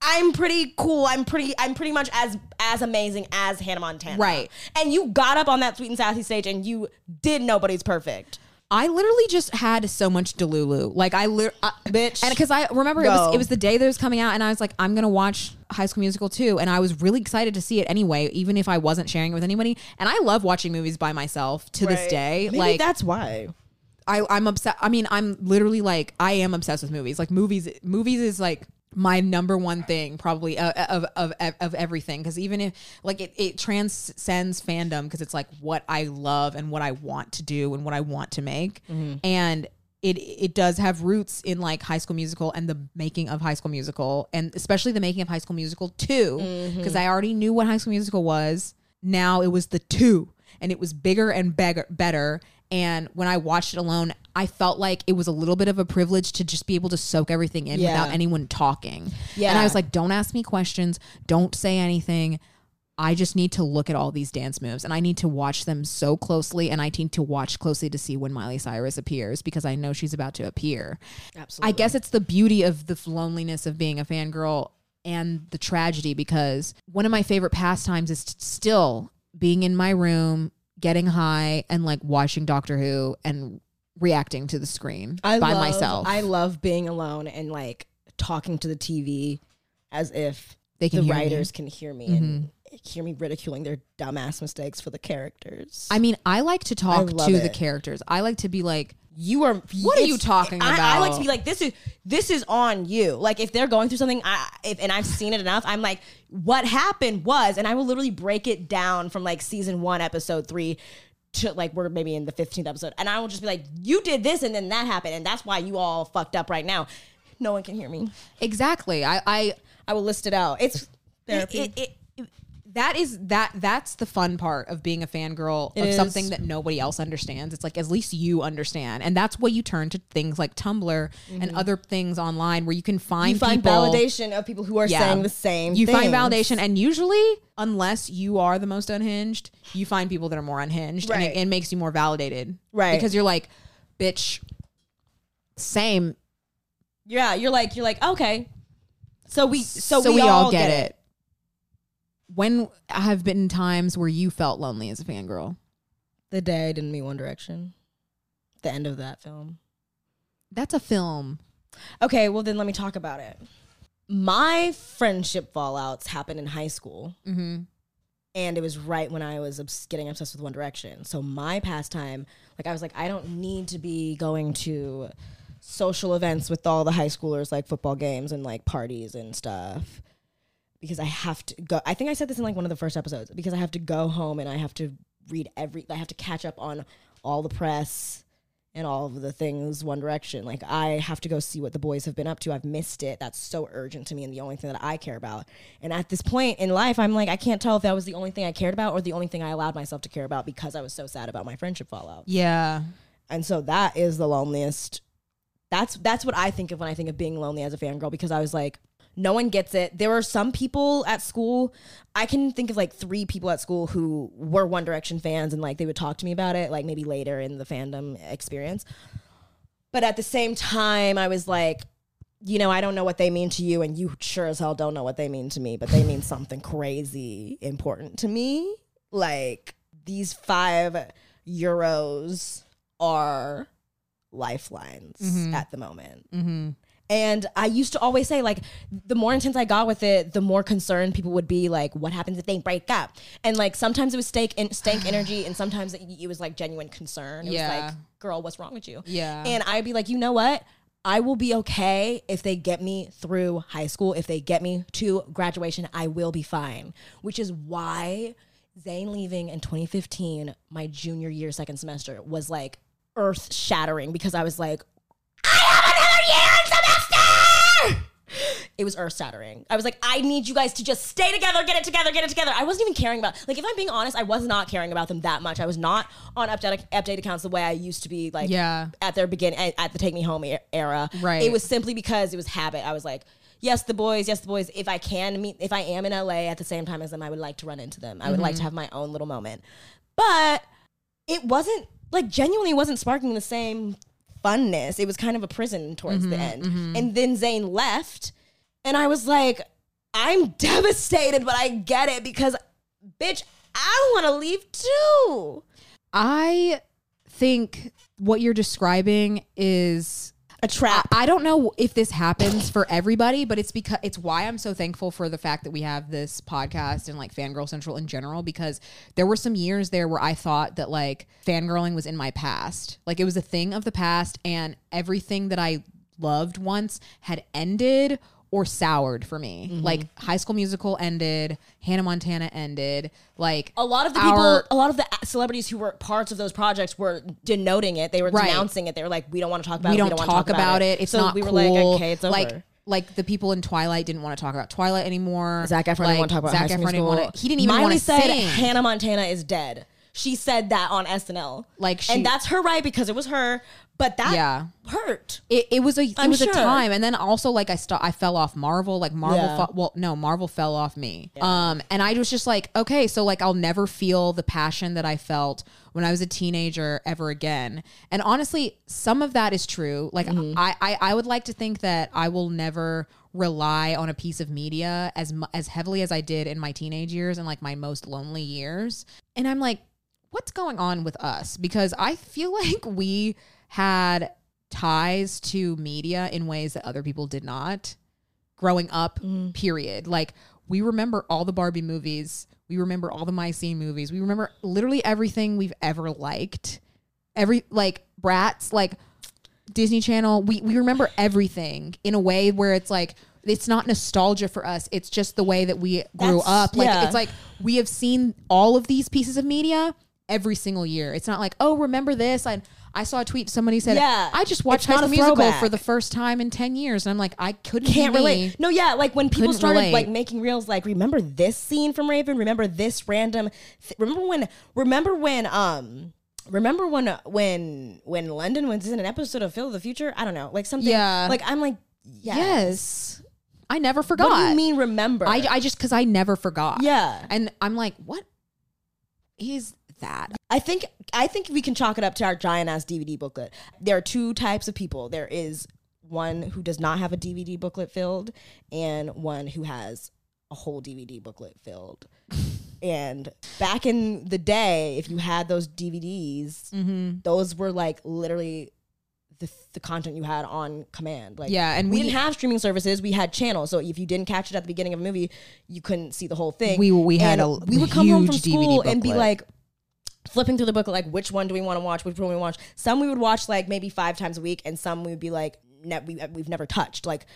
Speaker 2: I'm pretty cool. I'm pretty. I'm pretty much as as amazing as Hannah Montana.
Speaker 1: Right.
Speaker 2: And you got up on that sweet and sassy stage, and you did nobody's perfect.
Speaker 1: I literally just had so much Delulu. Like I, lit I
Speaker 2: Bitch.
Speaker 1: and because I remember it was
Speaker 2: Go.
Speaker 1: it was the day that it was coming out, and I was like, I'm gonna watch High School Musical too, and I was really excited to see it anyway, even if I wasn't sharing it with anybody. And I love watching movies by myself to this day. like
Speaker 2: why.
Speaker 1: I, I'm obsessed. I mean, I'm literally like I am obsessed with movies. Like movies, movies is like my number one thing probably of of of, of everything because even if like it, it transcends fandom because it's like what I love and what I want to do and what I want to make and. It, it does have roots in like High School Musical and the making of High School Musical and especially the making of High School Musical 2 because I already knew what High School Musical was now it was the 2 and it was bigger and beggar, better. And when I watched it alone, I felt like it was a little bit of a privilege to just be able to soak everything in
Speaker 2: Yeah.
Speaker 1: without anyone talking. And I
Speaker 2: Yeah.
Speaker 1: was like, don't ask me questions, don't say anything. I just need to look at all these dance moves and I need to watch them so closely. And I need to watch closely to see when Miley Cyrus appears because I know she's about to appear. Absolutely. I guess it's the beauty of the f- loneliness of being a fangirl and the tragedy because one of my favorite pastimes is t- still being in my room, getting high, and like watching Doctor Who and reacting to the screen by myself.
Speaker 2: I love being alone and like talking to the TV as if
Speaker 1: They can
Speaker 2: the
Speaker 1: hear me.
Speaker 2: writers can hear Mm-hmm. me and hear me ridiculing their dumbass mistakes for the characters.
Speaker 1: I mean, I like to talk
Speaker 2: love
Speaker 1: to the
Speaker 2: it.
Speaker 1: characters. I like to be like,
Speaker 2: you are
Speaker 1: What are
Speaker 2: it's-
Speaker 1: you talking
Speaker 2: I, I like
Speaker 1: about?
Speaker 2: to be like this is this is on you like if they're going through something i if and i've seen it enough i'm like what happened was and i will literally break it down from like season one episode three to like we're maybe in the 15th episode and i will just be like you did this and then that happened and that's why you all fucked up right now no one can hear me
Speaker 1: exactly. I, I
Speaker 2: i will list it out it's therapy
Speaker 1: It, it, it- that is that that's the fun part of being a fangirl of
Speaker 2: is.
Speaker 1: something that nobody else understands. It's like at least you understand, and that's why you turn to things like Tumblr and other things online where you can find
Speaker 2: Mm-hmm. you find
Speaker 1: people-
Speaker 2: validation of people who are
Speaker 1: Yeah.
Speaker 2: saying the same
Speaker 1: You find
Speaker 2: things.
Speaker 1: validation, and usually, unless you are the most unhinged, you find people that are more unhinged, and
Speaker 2: Right.
Speaker 1: it, it makes you more validated,
Speaker 2: Right.
Speaker 1: Because you're like, bitch, same.
Speaker 2: yeah you're like you're like okay so we so,
Speaker 1: So, we, all get, it. When have been times where you felt lonely as a fangirl?
Speaker 2: The day I didn't meet One Direction. The end of that film.
Speaker 1: That's a film.
Speaker 2: Okay, well then let me talk about it. My friendship fallouts happened in high school,
Speaker 1: Mm-hmm.
Speaker 2: and it was right when I was obs- getting obsessed with One Direction. So my pastime, like I was like, I don't need to be going to social events with all the high schoolers, like football games and like parties and stuff, because I have to go. I think I said this in like one of the first episodes because I have to go home and I have to read every. I have to catch up on all the press and all of the things One Direction. Like I have to go see what the boys have been up to. I've missed it. That's so urgent to me and the only thing that I care about. And at this point in life, I'm like I can't tell if that was the only thing I cared about or the only thing I allowed myself to care about because I was so sad about my friendship fallout.
Speaker 1: Yeah.
Speaker 2: And so that is the loneliest That's that's what I think of when I think of being lonely as a fangirl because I was like, no one gets it. There were some people at school. I can think of like three people at school who were One Direction fans and like they would talk to me about it, like maybe later in the fandom experience. But at the same time, I was like, you know, I don't know what they mean to you, and you sure as hell don't know what they mean to me, but they mean something crazy important to me. Like, these five euros are lifelines at the moment. And I used to always say, like, the more intense I got with it, the more concerned people would be, like, what happens if they break up? And like, sometimes it was stank, in, stank energy, and sometimes it, it was like genuine concern. It
Speaker 1: Yeah.
Speaker 2: was like, girl, what's wrong with you?
Speaker 1: Yeah.
Speaker 2: And I'd be like, you know what? I will be okay if they get me through high school. If they get me to graduation, I will be fine. Which is why Zayn leaving in 2015, my junior year, second semester, was like earth shattering because I was like, it was earth shattering. I was like, I need you guys to just stay together, get it together, get it together. I wasn't even caring about like if I'm being honest, I was not caring about them that much. I was not on update update accounts the way I used to be like
Speaker 1: Yeah.
Speaker 2: at their beginning at, at the take me home e- era.
Speaker 1: Right.
Speaker 2: It was simply because it was habit. I was like, yes, the boys, yes, the boys. If I can meet, if I am in LA at the same time as them, I would like to run into them. I would like to have my own little moment. But it wasn't like genuinely wasn't sparking the same funness. It was kind of a prison towards the end. And then Zayn left, and I was like, I'm devastated, but I get it because, bitch, I want to leave too.
Speaker 1: I think what you're describing is
Speaker 2: A trap.
Speaker 1: I don't know if this happens for everybody, but it's because it's why I'm so thankful for the fact that we have this podcast and like Fangirl Central in general because there were some years there where I thought that like fangirling was in my past. Like it was a thing of the past and everything that I loved once had ended or soured for me.
Speaker 2: Mm-hmm.
Speaker 1: Like High School Musical ended, Hannah Montana ended, like
Speaker 2: a lot of the
Speaker 1: our-
Speaker 2: people, a lot of the celebrities who were parts of those projects were denoting it. They were
Speaker 1: Right.
Speaker 2: denouncing it. They were like, "We don't want to talk about.
Speaker 1: we
Speaker 2: it.
Speaker 1: don't,
Speaker 2: wanna
Speaker 1: talk, about it. It's
Speaker 2: so
Speaker 1: not
Speaker 2: we were
Speaker 1: cool.
Speaker 2: like, "Okay, it's over."
Speaker 1: Like, like the people in Twilight didn't want to talk about Twilight anymore.
Speaker 2: Zac Efron didn't
Speaker 1: Like,
Speaker 2: want to talk about
Speaker 1: Zac
Speaker 2: High School
Speaker 1: Efron didn't
Speaker 2: Musical.
Speaker 1: wanna- he didn't even
Speaker 2: Miley
Speaker 1: want to
Speaker 2: said
Speaker 1: sing.
Speaker 2: Hannah Montana is dead. She said that on SNL.
Speaker 1: Like, she-
Speaker 2: and that's her right because it was her. But that
Speaker 1: Yeah.
Speaker 2: hurt.
Speaker 1: it, it was a it
Speaker 2: I'm
Speaker 1: was
Speaker 2: sure.
Speaker 1: a time, and then also like I st- I fell off Marvel. Like Marvel,
Speaker 2: Yeah.
Speaker 1: fu- well, no, Marvel fell off me. Um, and I was just like, okay, so like I'll never feel the passion that I felt when I was a teenager ever again. And honestly, some of that is true. Like I, I I would like to think that I will never rely on a piece of media as mu- as heavily as I did in my teenage years and like my most lonely years. And I'm like, what's going on with us because I feel like we had ties to media in ways that other people did not growing up
Speaker 2: Mm.
Speaker 1: period like we remember all the Barbie movies we remember all the My Scene movies we remember literally everything we've ever liked every like brats like Disney Channel we we remember everything in a way where it's like it's not nostalgia for us it's just the way that we grew
Speaker 2: That's-
Speaker 1: up like
Speaker 2: yeah.
Speaker 1: it's like we have seen all of these pieces of media every single year it's not like oh remember this and I saw a tweet somebody said
Speaker 2: Yeah.
Speaker 1: I just watched
Speaker 2: It's
Speaker 1: High
Speaker 2: not
Speaker 1: School
Speaker 2: a
Speaker 1: Musical
Speaker 2: throwback.
Speaker 1: for the first time in 10 years and I'm like I couldn't be
Speaker 2: Can't
Speaker 1: me.
Speaker 2: relate. No, yeah, like when people
Speaker 1: Couldn't
Speaker 2: started
Speaker 1: relate.
Speaker 2: like making reels, like remember this scene from Raven. Remember this random. Th- remember when? Remember when? Um. Remember when? When? When London was in an episode of Phil of the Future. I don't know, like something.
Speaker 1: Yeah.
Speaker 2: Like I'm like
Speaker 1: Yes.
Speaker 2: yes.
Speaker 1: I never forgot.
Speaker 2: What do you mean? Remember?
Speaker 1: I, I just because I never forgot.
Speaker 2: Yeah.
Speaker 1: And I'm like, what is that?
Speaker 2: I think I think we can chalk it up to our giant ass DVD booklet. There are two types of people. There is one who does not have a DVD booklet filled, and one who has a whole DVD booklet filled. and back in the day, if you had those DVDs,
Speaker 1: Mm-hmm.
Speaker 2: those were like literally the, the content you had on command. Like
Speaker 1: Yeah, and
Speaker 2: we,
Speaker 1: we-
Speaker 2: didn't have streaming services. We had channels, so if you didn't catch it at the beginning of a movie, you couldn't see the whole thing.
Speaker 1: We- we had
Speaker 2: And
Speaker 1: a l-
Speaker 2: we would come home from
Speaker 1: huge DVD
Speaker 2: school and be
Speaker 1: booklet.
Speaker 2: like flipping through the book like which one do we want to watch which one we watch some we would watch like maybe five times a week and some we would be like ne- we, uh, we've never touched like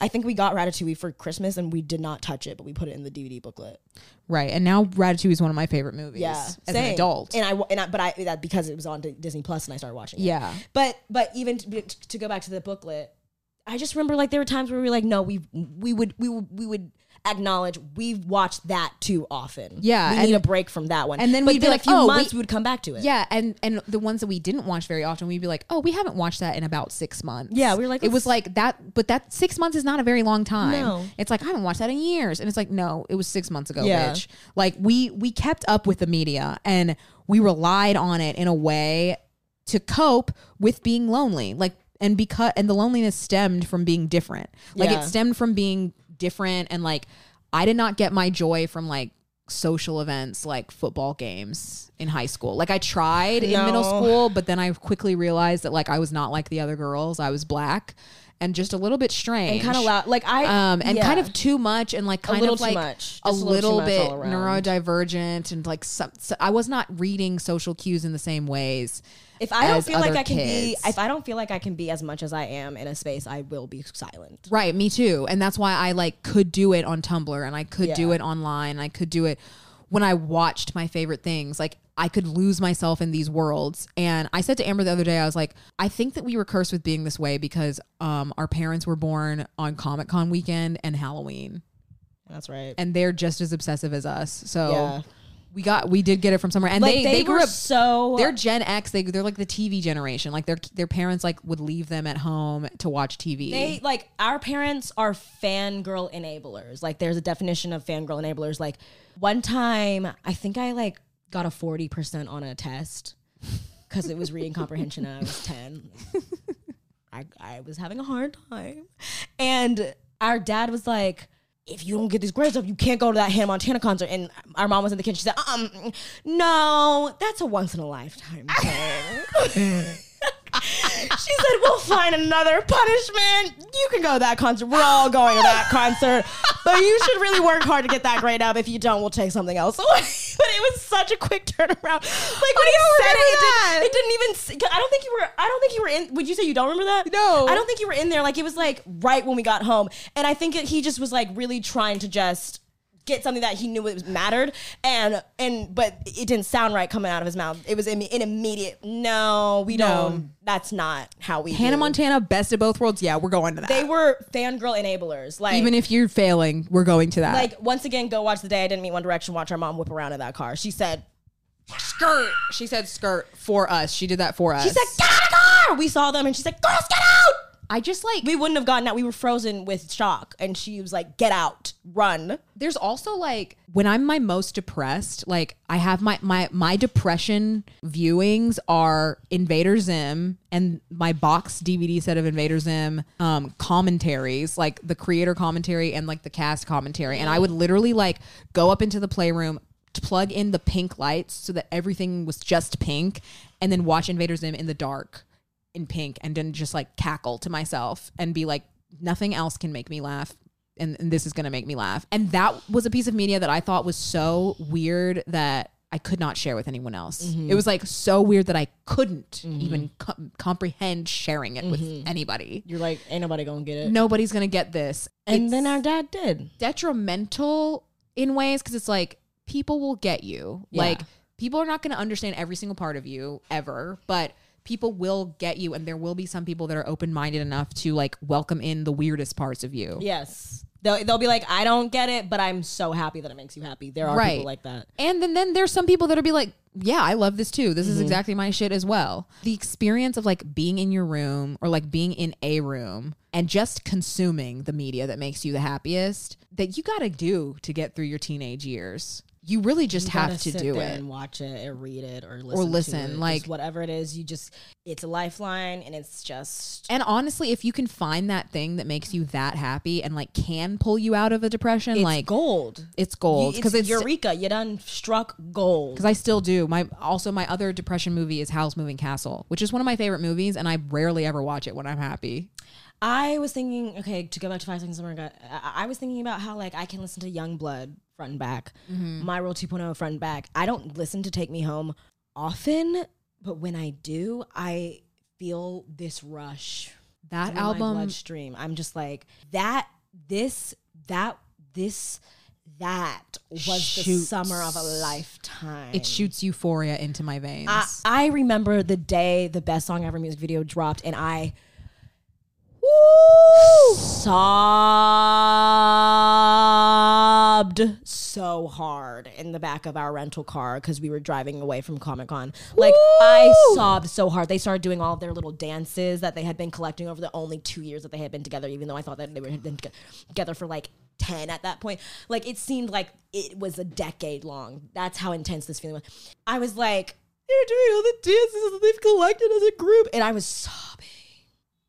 Speaker 2: i think we got ratatouille for christmas and we did not touch it but we put it in the dvd booklet
Speaker 1: Right. And now Ratatouille is one of my favorite movies
Speaker 2: yeah
Speaker 1: as an
Speaker 2: same.
Speaker 1: adult.
Speaker 2: and i wa- and I, but i that because it was on D- disney plus and i started watching it
Speaker 1: Yeah.
Speaker 2: but but even to, to go back to the booklet i just remember like there were times where we were like no we we would we would we would acknowledge we've watched that too often.
Speaker 1: Yeah,
Speaker 2: we
Speaker 1: and-
Speaker 2: need a break from that one.
Speaker 1: and then
Speaker 2: but
Speaker 1: we'd be
Speaker 2: then
Speaker 1: like,
Speaker 2: a few
Speaker 1: oh,
Speaker 2: months
Speaker 1: we-
Speaker 2: we, would come back to it.
Speaker 1: Yeah, and and the ones that we didn't watch very often, we'd be like, oh, we haven't watched that in about six months.
Speaker 2: Yeah, we were like,
Speaker 1: it was
Speaker 2: let's-
Speaker 1: like that, but that six months is not a very long time.
Speaker 2: No.
Speaker 1: it's like I haven't watched that in years, and it's like no, it was six months ago,
Speaker 2: Yeah.
Speaker 1: bitch. Like we we kept up with the media and we relied on it in a way to cope with being lonely, like and because and the loneliness stemmed from being different. Like
Speaker 2: Yeah.
Speaker 1: it stemmed from being different and like I did not get my joy from like social events like football games in high school. Like I tried in middle
Speaker 2: No.
Speaker 1: school, but then I quickly realized that like I was not like the other girls. I was black and just a little bit strange.
Speaker 2: and kind of loud. Like I
Speaker 1: Um and
Speaker 2: yeah.
Speaker 1: kind of too much and like kind
Speaker 2: little
Speaker 1: of
Speaker 2: too
Speaker 1: like
Speaker 2: much.
Speaker 1: a
Speaker 2: Just a little
Speaker 1: little,
Speaker 2: too much
Speaker 1: bit
Speaker 2: all around.
Speaker 1: neurodivergent and like some, so I was not reading social cues in the same ways.
Speaker 2: If I don't
Speaker 1: as
Speaker 2: feel like
Speaker 1: other
Speaker 2: I can be,
Speaker 1: kids.
Speaker 2: if I don't feel like I can be as much as I am in a space, I will be silent.
Speaker 1: Right, me too. And that's why I like could do it on Tumblr and I could do
Speaker 2: Yeah.
Speaker 1: it online. I could do it when I watched my favorite things. Like I could lose myself in these worlds. And I said to Amber the other day, I was like, I think that we were cursed with being this way because um our parents were born on Comic Con weekend and Halloween.
Speaker 2: That's right.
Speaker 1: And they're just as obsessive as us. So
Speaker 2: Yeah.
Speaker 1: we got we did get it from somewhere. And
Speaker 2: like
Speaker 1: they,
Speaker 2: they,
Speaker 1: they
Speaker 2: were
Speaker 1: grew up
Speaker 2: so
Speaker 1: they're Gen X. They they're like the TV generation. Like their their parents like would leave them at home to watch TV.
Speaker 2: They like our parents are fangirl enablers. Like there's a definition of fangirl enablers. Like one time I think I like got a 40% on a test because it was reading comprehension and I was 10. I, I was having a hard time. And our dad was like, if you don't get these grades up, you can't go to that Hannah Montana concert. And our mom was in the kitchen. She said, um, no, that's a once in a lifetime thing. She said, We'll find another punishment. You can go to that concert. We're all going to that concert. But you should really work hard to get that grade up. If you don't, we'll take something else away. but it was such a quick turnaround. Like when he said it, it, did, not even s- 'cause I don't think you were I don't think you were in would you say you don't remember that?
Speaker 1: No.
Speaker 2: I don't think you were in there. Like it was like right when we got home. And I think it, he just was like really trying to just get something that he knew it was mattered and and but it didn't sound right coming out of his mouth it was imme- an immediate no we don't that's not how we
Speaker 1: Hannah
Speaker 2: do."
Speaker 1: Montana, best of both worlds. Yeah, we're going to that.
Speaker 2: they were fangirl enablers like
Speaker 1: Even if you're failing, we're going to that.
Speaker 2: like once again go watch the day i didn't meet one direction watch our mom whip around in that car she said
Speaker 1: skirt. She said skirt for us. She did that for us.
Speaker 2: she said get out of the car we saw them and she's like girls get out
Speaker 1: I just like
Speaker 2: we wouldn't have gotten out we were frozen with shock and she was like get out run
Speaker 1: there's also like when I'm my most depressed, like I have my my my depression viewings are Invader Zim and my box DVD set of Invader Zim um commentaries, like the creator commentary and like the cast commentary. And I would literally like go up into the playroom, t- plug in the pink lights so that everything was just pink, and then watch Invader Zim in the dark in pink and then just like cackle to myself and be like, nothing else can make me laugh. And, and this is going to make me laugh. And that was a piece of media that I thought was so weird that I could not share with anyone else.
Speaker 2: Mm-hmm.
Speaker 1: It was like so weird that I couldn't even com- comprehend sharing it
Speaker 2: Mm-hmm.
Speaker 1: with anybody.
Speaker 2: you're like ain't nobody gonna get it
Speaker 1: Nobody's going to get this.
Speaker 2: and
Speaker 1: It's
Speaker 2: then our dad did
Speaker 1: detrimental in ways because it's like people will get you.
Speaker 2: Yeah.
Speaker 1: Like people are not going to understand every single part of you ever, but people will get you and there will be some people that are open-minded enough to like welcome in the weirdest parts of you.
Speaker 2: Yes. They'll, they'll be like, I don't get it, but I'm so happy that it makes you happy. There are
Speaker 1: Right.
Speaker 2: people like that.
Speaker 1: And then then there's some people that'll be like, yeah, I love this too. This is
Speaker 2: Mm-hmm.
Speaker 1: exactly my shit as well. The experience of like being in your room or like being in a room and just consuming the media that makes you the happiest that you got to do to get through your teenage years. You really just have to do it.
Speaker 2: and watch it or read it or listen.
Speaker 1: listen,
Speaker 2: to it. Just
Speaker 1: like-
Speaker 2: whatever it is, you just it's a lifeline, and it's just
Speaker 1: And honestly, if you can find that thing that makes you that happy and like can pull you out of a depression,
Speaker 2: it's
Speaker 1: like
Speaker 2: gold.
Speaker 1: it's gold because
Speaker 2: because
Speaker 1: it's
Speaker 2: eureka. You done struck gold.
Speaker 1: because I still do. My also my other depression movie is Howl's Moving Castle, which is one of my favorite movies, and I rarely ever watch it when I'm happy.
Speaker 2: I was thinking, okay, to go back to Five Seconds of Summer, I, I was thinking about how like I can listen to Young Blood front and back,
Speaker 1: Mm-hmm.
Speaker 2: My Rule 2.0 front and back. I don't listen to Take Me Home often, but when I do, I feel this rush.
Speaker 1: That
Speaker 2: through my
Speaker 1: album,
Speaker 2: bloodstream. I'm just like that. This that this that was the
Speaker 1: Shoots.
Speaker 2: summer of a lifetime.
Speaker 1: it shoots euphoria into my veins.
Speaker 2: I, I remember the day the best song ever music video dropped, and I woo, sobbed. sobbed so hard in the back of our rental car because we were driving away from Comic Con. Like I sobbed so hard. They started doing all of their little dances that they had been collecting over the only two years that they had been together. Even though I thought that they were, had been toge- together for like ten at that point. Like it seemed like it was a decade long. That's how intense this feeling was. I was like, they're doing all the dances that they've collected as a group, and I was sobbing.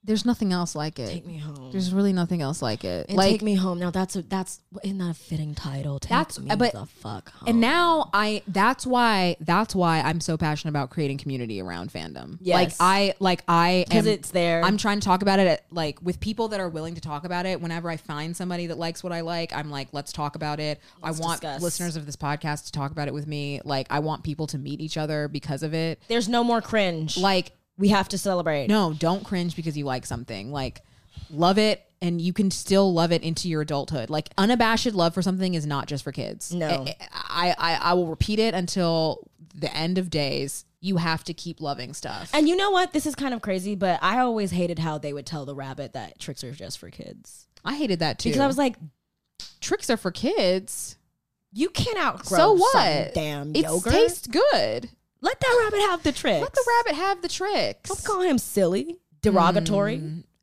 Speaker 1: There's nothing else like it.
Speaker 2: Take me home.
Speaker 1: There's really nothing else like it.
Speaker 2: And
Speaker 1: like
Speaker 2: take me home. Now that's a that's isn't that a fitting title? Take
Speaker 1: That's-
Speaker 2: me
Speaker 1: but-
Speaker 2: the fuck home.
Speaker 1: And now I that's why that's why I'm so passionate about creating community around fandom. Like
Speaker 2: Yes.
Speaker 1: I like I
Speaker 2: 'Cause
Speaker 1: am-
Speaker 2: it's there.
Speaker 1: I'm trying to talk about it at, like with people that are willing to talk about it. Whenever I find somebody that likes what I like, I'm like, let's talk about it. I want
Speaker 2: discuss.
Speaker 1: listeners of this podcast to talk about it with me. Like I want people to meet each other because of it.
Speaker 2: there's no more cringe.
Speaker 1: Like
Speaker 2: we have to celebrate.
Speaker 1: no, don't cringe because you like something. Like love it and you can still love it into your adulthood. Like unabashed love for something is not just for kids.
Speaker 2: No.
Speaker 1: I I, I will repeat it until the end of days. You have to keep loving stuff.
Speaker 2: And you know what? This is kind of crazy, but I always hated how they would tell the rabbit that tricks are just for kids.
Speaker 1: I hated that too.
Speaker 2: Because I was like,
Speaker 1: tricks are for kids.
Speaker 2: you can't outgrow
Speaker 1: so
Speaker 2: some
Speaker 1: what?
Speaker 2: damn
Speaker 1: it
Speaker 2: yogurt.
Speaker 1: tastes good.
Speaker 2: Let that rabbit have the tricks.
Speaker 1: Let the rabbit have the tricks.
Speaker 2: Don't call him silly, derogatory.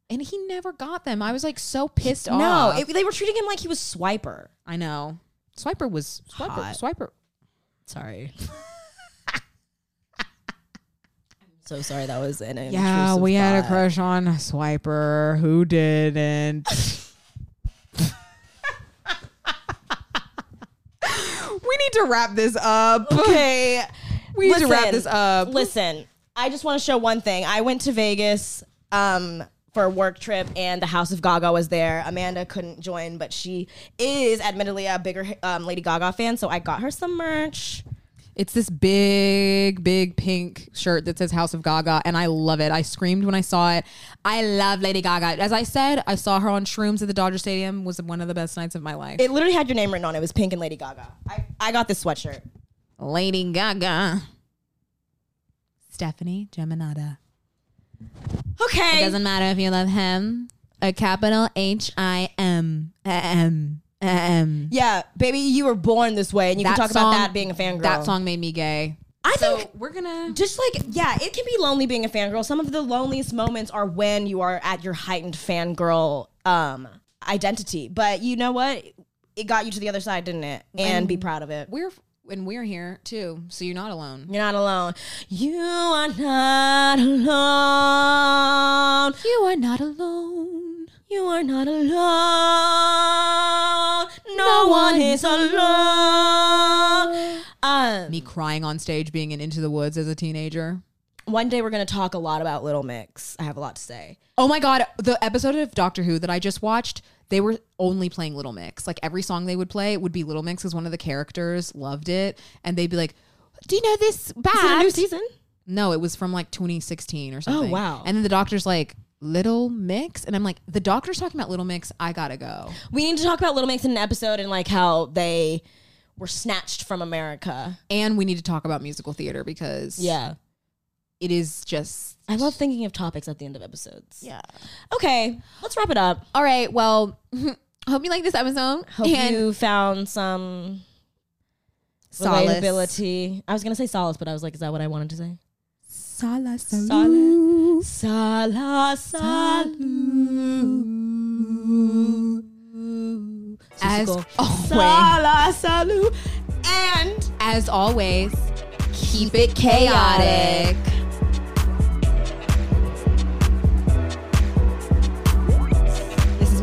Speaker 1: and he never got them. I was like so pissed
Speaker 2: No,
Speaker 1: off.
Speaker 2: it, they were treating him like he was swiper.
Speaker 1: I know. Swiper was Swiper.
Speaker 2: Hot.
Speaker 1: Swiper.
Speaker 2: Sorry. so sorry that was an
Speaker 1: Yeah,
Speaker 2: intrusive
Speaker 1: we had a
Speaker 2: thought.
Speaker 1: crush on Swiper. Who didn't? we need to wrap this up.
Speaker 2: Okay.
Speaker 1: We need to wrap this up.
Speaker 2: Listen, I just want to show one thing. I went to Vegas um, for a work trip, and the House of Gaga was there. Amanda couldn't join, but she is admittedly a bigger um, Lady Gaga fan, so I got her some merch.
Speaker 1: It's this big, big pink shirt that says House of Gaga, and I love it. I screamed when I saw it. I love Lady Gaga. As I said, I saw her on Shrooms at the Dodger Stadium. Was one of the best nights of my life.
Speaker 2: It literally had your name written on it. It was pink and Lady Gaga. I, I got this sweatshirt.
Speaker 1: Lady Gaga. Stephanie Geminata. It
Speaker 2: Okay.
Speaker 1: doesn't matter if you love him. A capital H I M M M.
Speaker 2: Yeah, baby, you were born this way, and you can talk about that being a fangirl.
Speaker 1: That song made me gay.
Speaker 2: I
Speaker 1: so
Speaker 2: think
Speaker 1: we're gonna.
Speaker 2: just like yeah it can be lonely being a fangirl some of the loneliest moments are when you are at your heightened fangirl um identity but you know what it got you to the other side didn't it and, be proud of it
Speaker 1: We're and we're here too, so you're not alone.
Speaker 2: you're not alone you are not alone
Speaker 1: You are not alone.
Speaker 2: you are not alone no, one, is alone um,
Speaker 1: Me crying on stage, being in Into the Woods as a teenager.
Speaker 2: one day we're going to talk a lot about little mix i have a lot to say
Speaker 1: Oh my god, the episode of Doctor Who that I just watched, they were only playing Little Mix. Like every song they would play would be Little Mix because one of the characters loved it, and they'd be like, "Do you know this back?"
Speaker 2: is it a new season Oh,
Speaker 1: No, it was from like 2016 or something.
Speaker 2: wow.
Speaker 1: And then the doctor's like, Little Mix? And I'm like, the doctor's talking about Little Mix. I gotta go.
Speaker 2: We need to talk about Little Mix in an episode and like how they were snatched from America.
Speaker 1: And we need to talk about musical theater because it is just.
Speaker 2: I love thinking of topics at the end of episodes. Yeah. Okay, let's wrap it up.
Speaker 1: All right. Well, hope you like this episode.
Speaker 2: Hope
Speaker 1: and
Speaker 2: you found some
Speaker 1: Solace.
Speaker 2: relatability. I was gonna say solace, but I was like, is that what I wanted to say?
Speaker 1: Solace.
Speaker 2: Solace. Solace.
Speaker 1: As
Speaker 2: Solace.
Speaker 1: always,
Speaker 2: Solace. And.
Speaker 1: as always, keep it chaotic.
Speaker 2: This is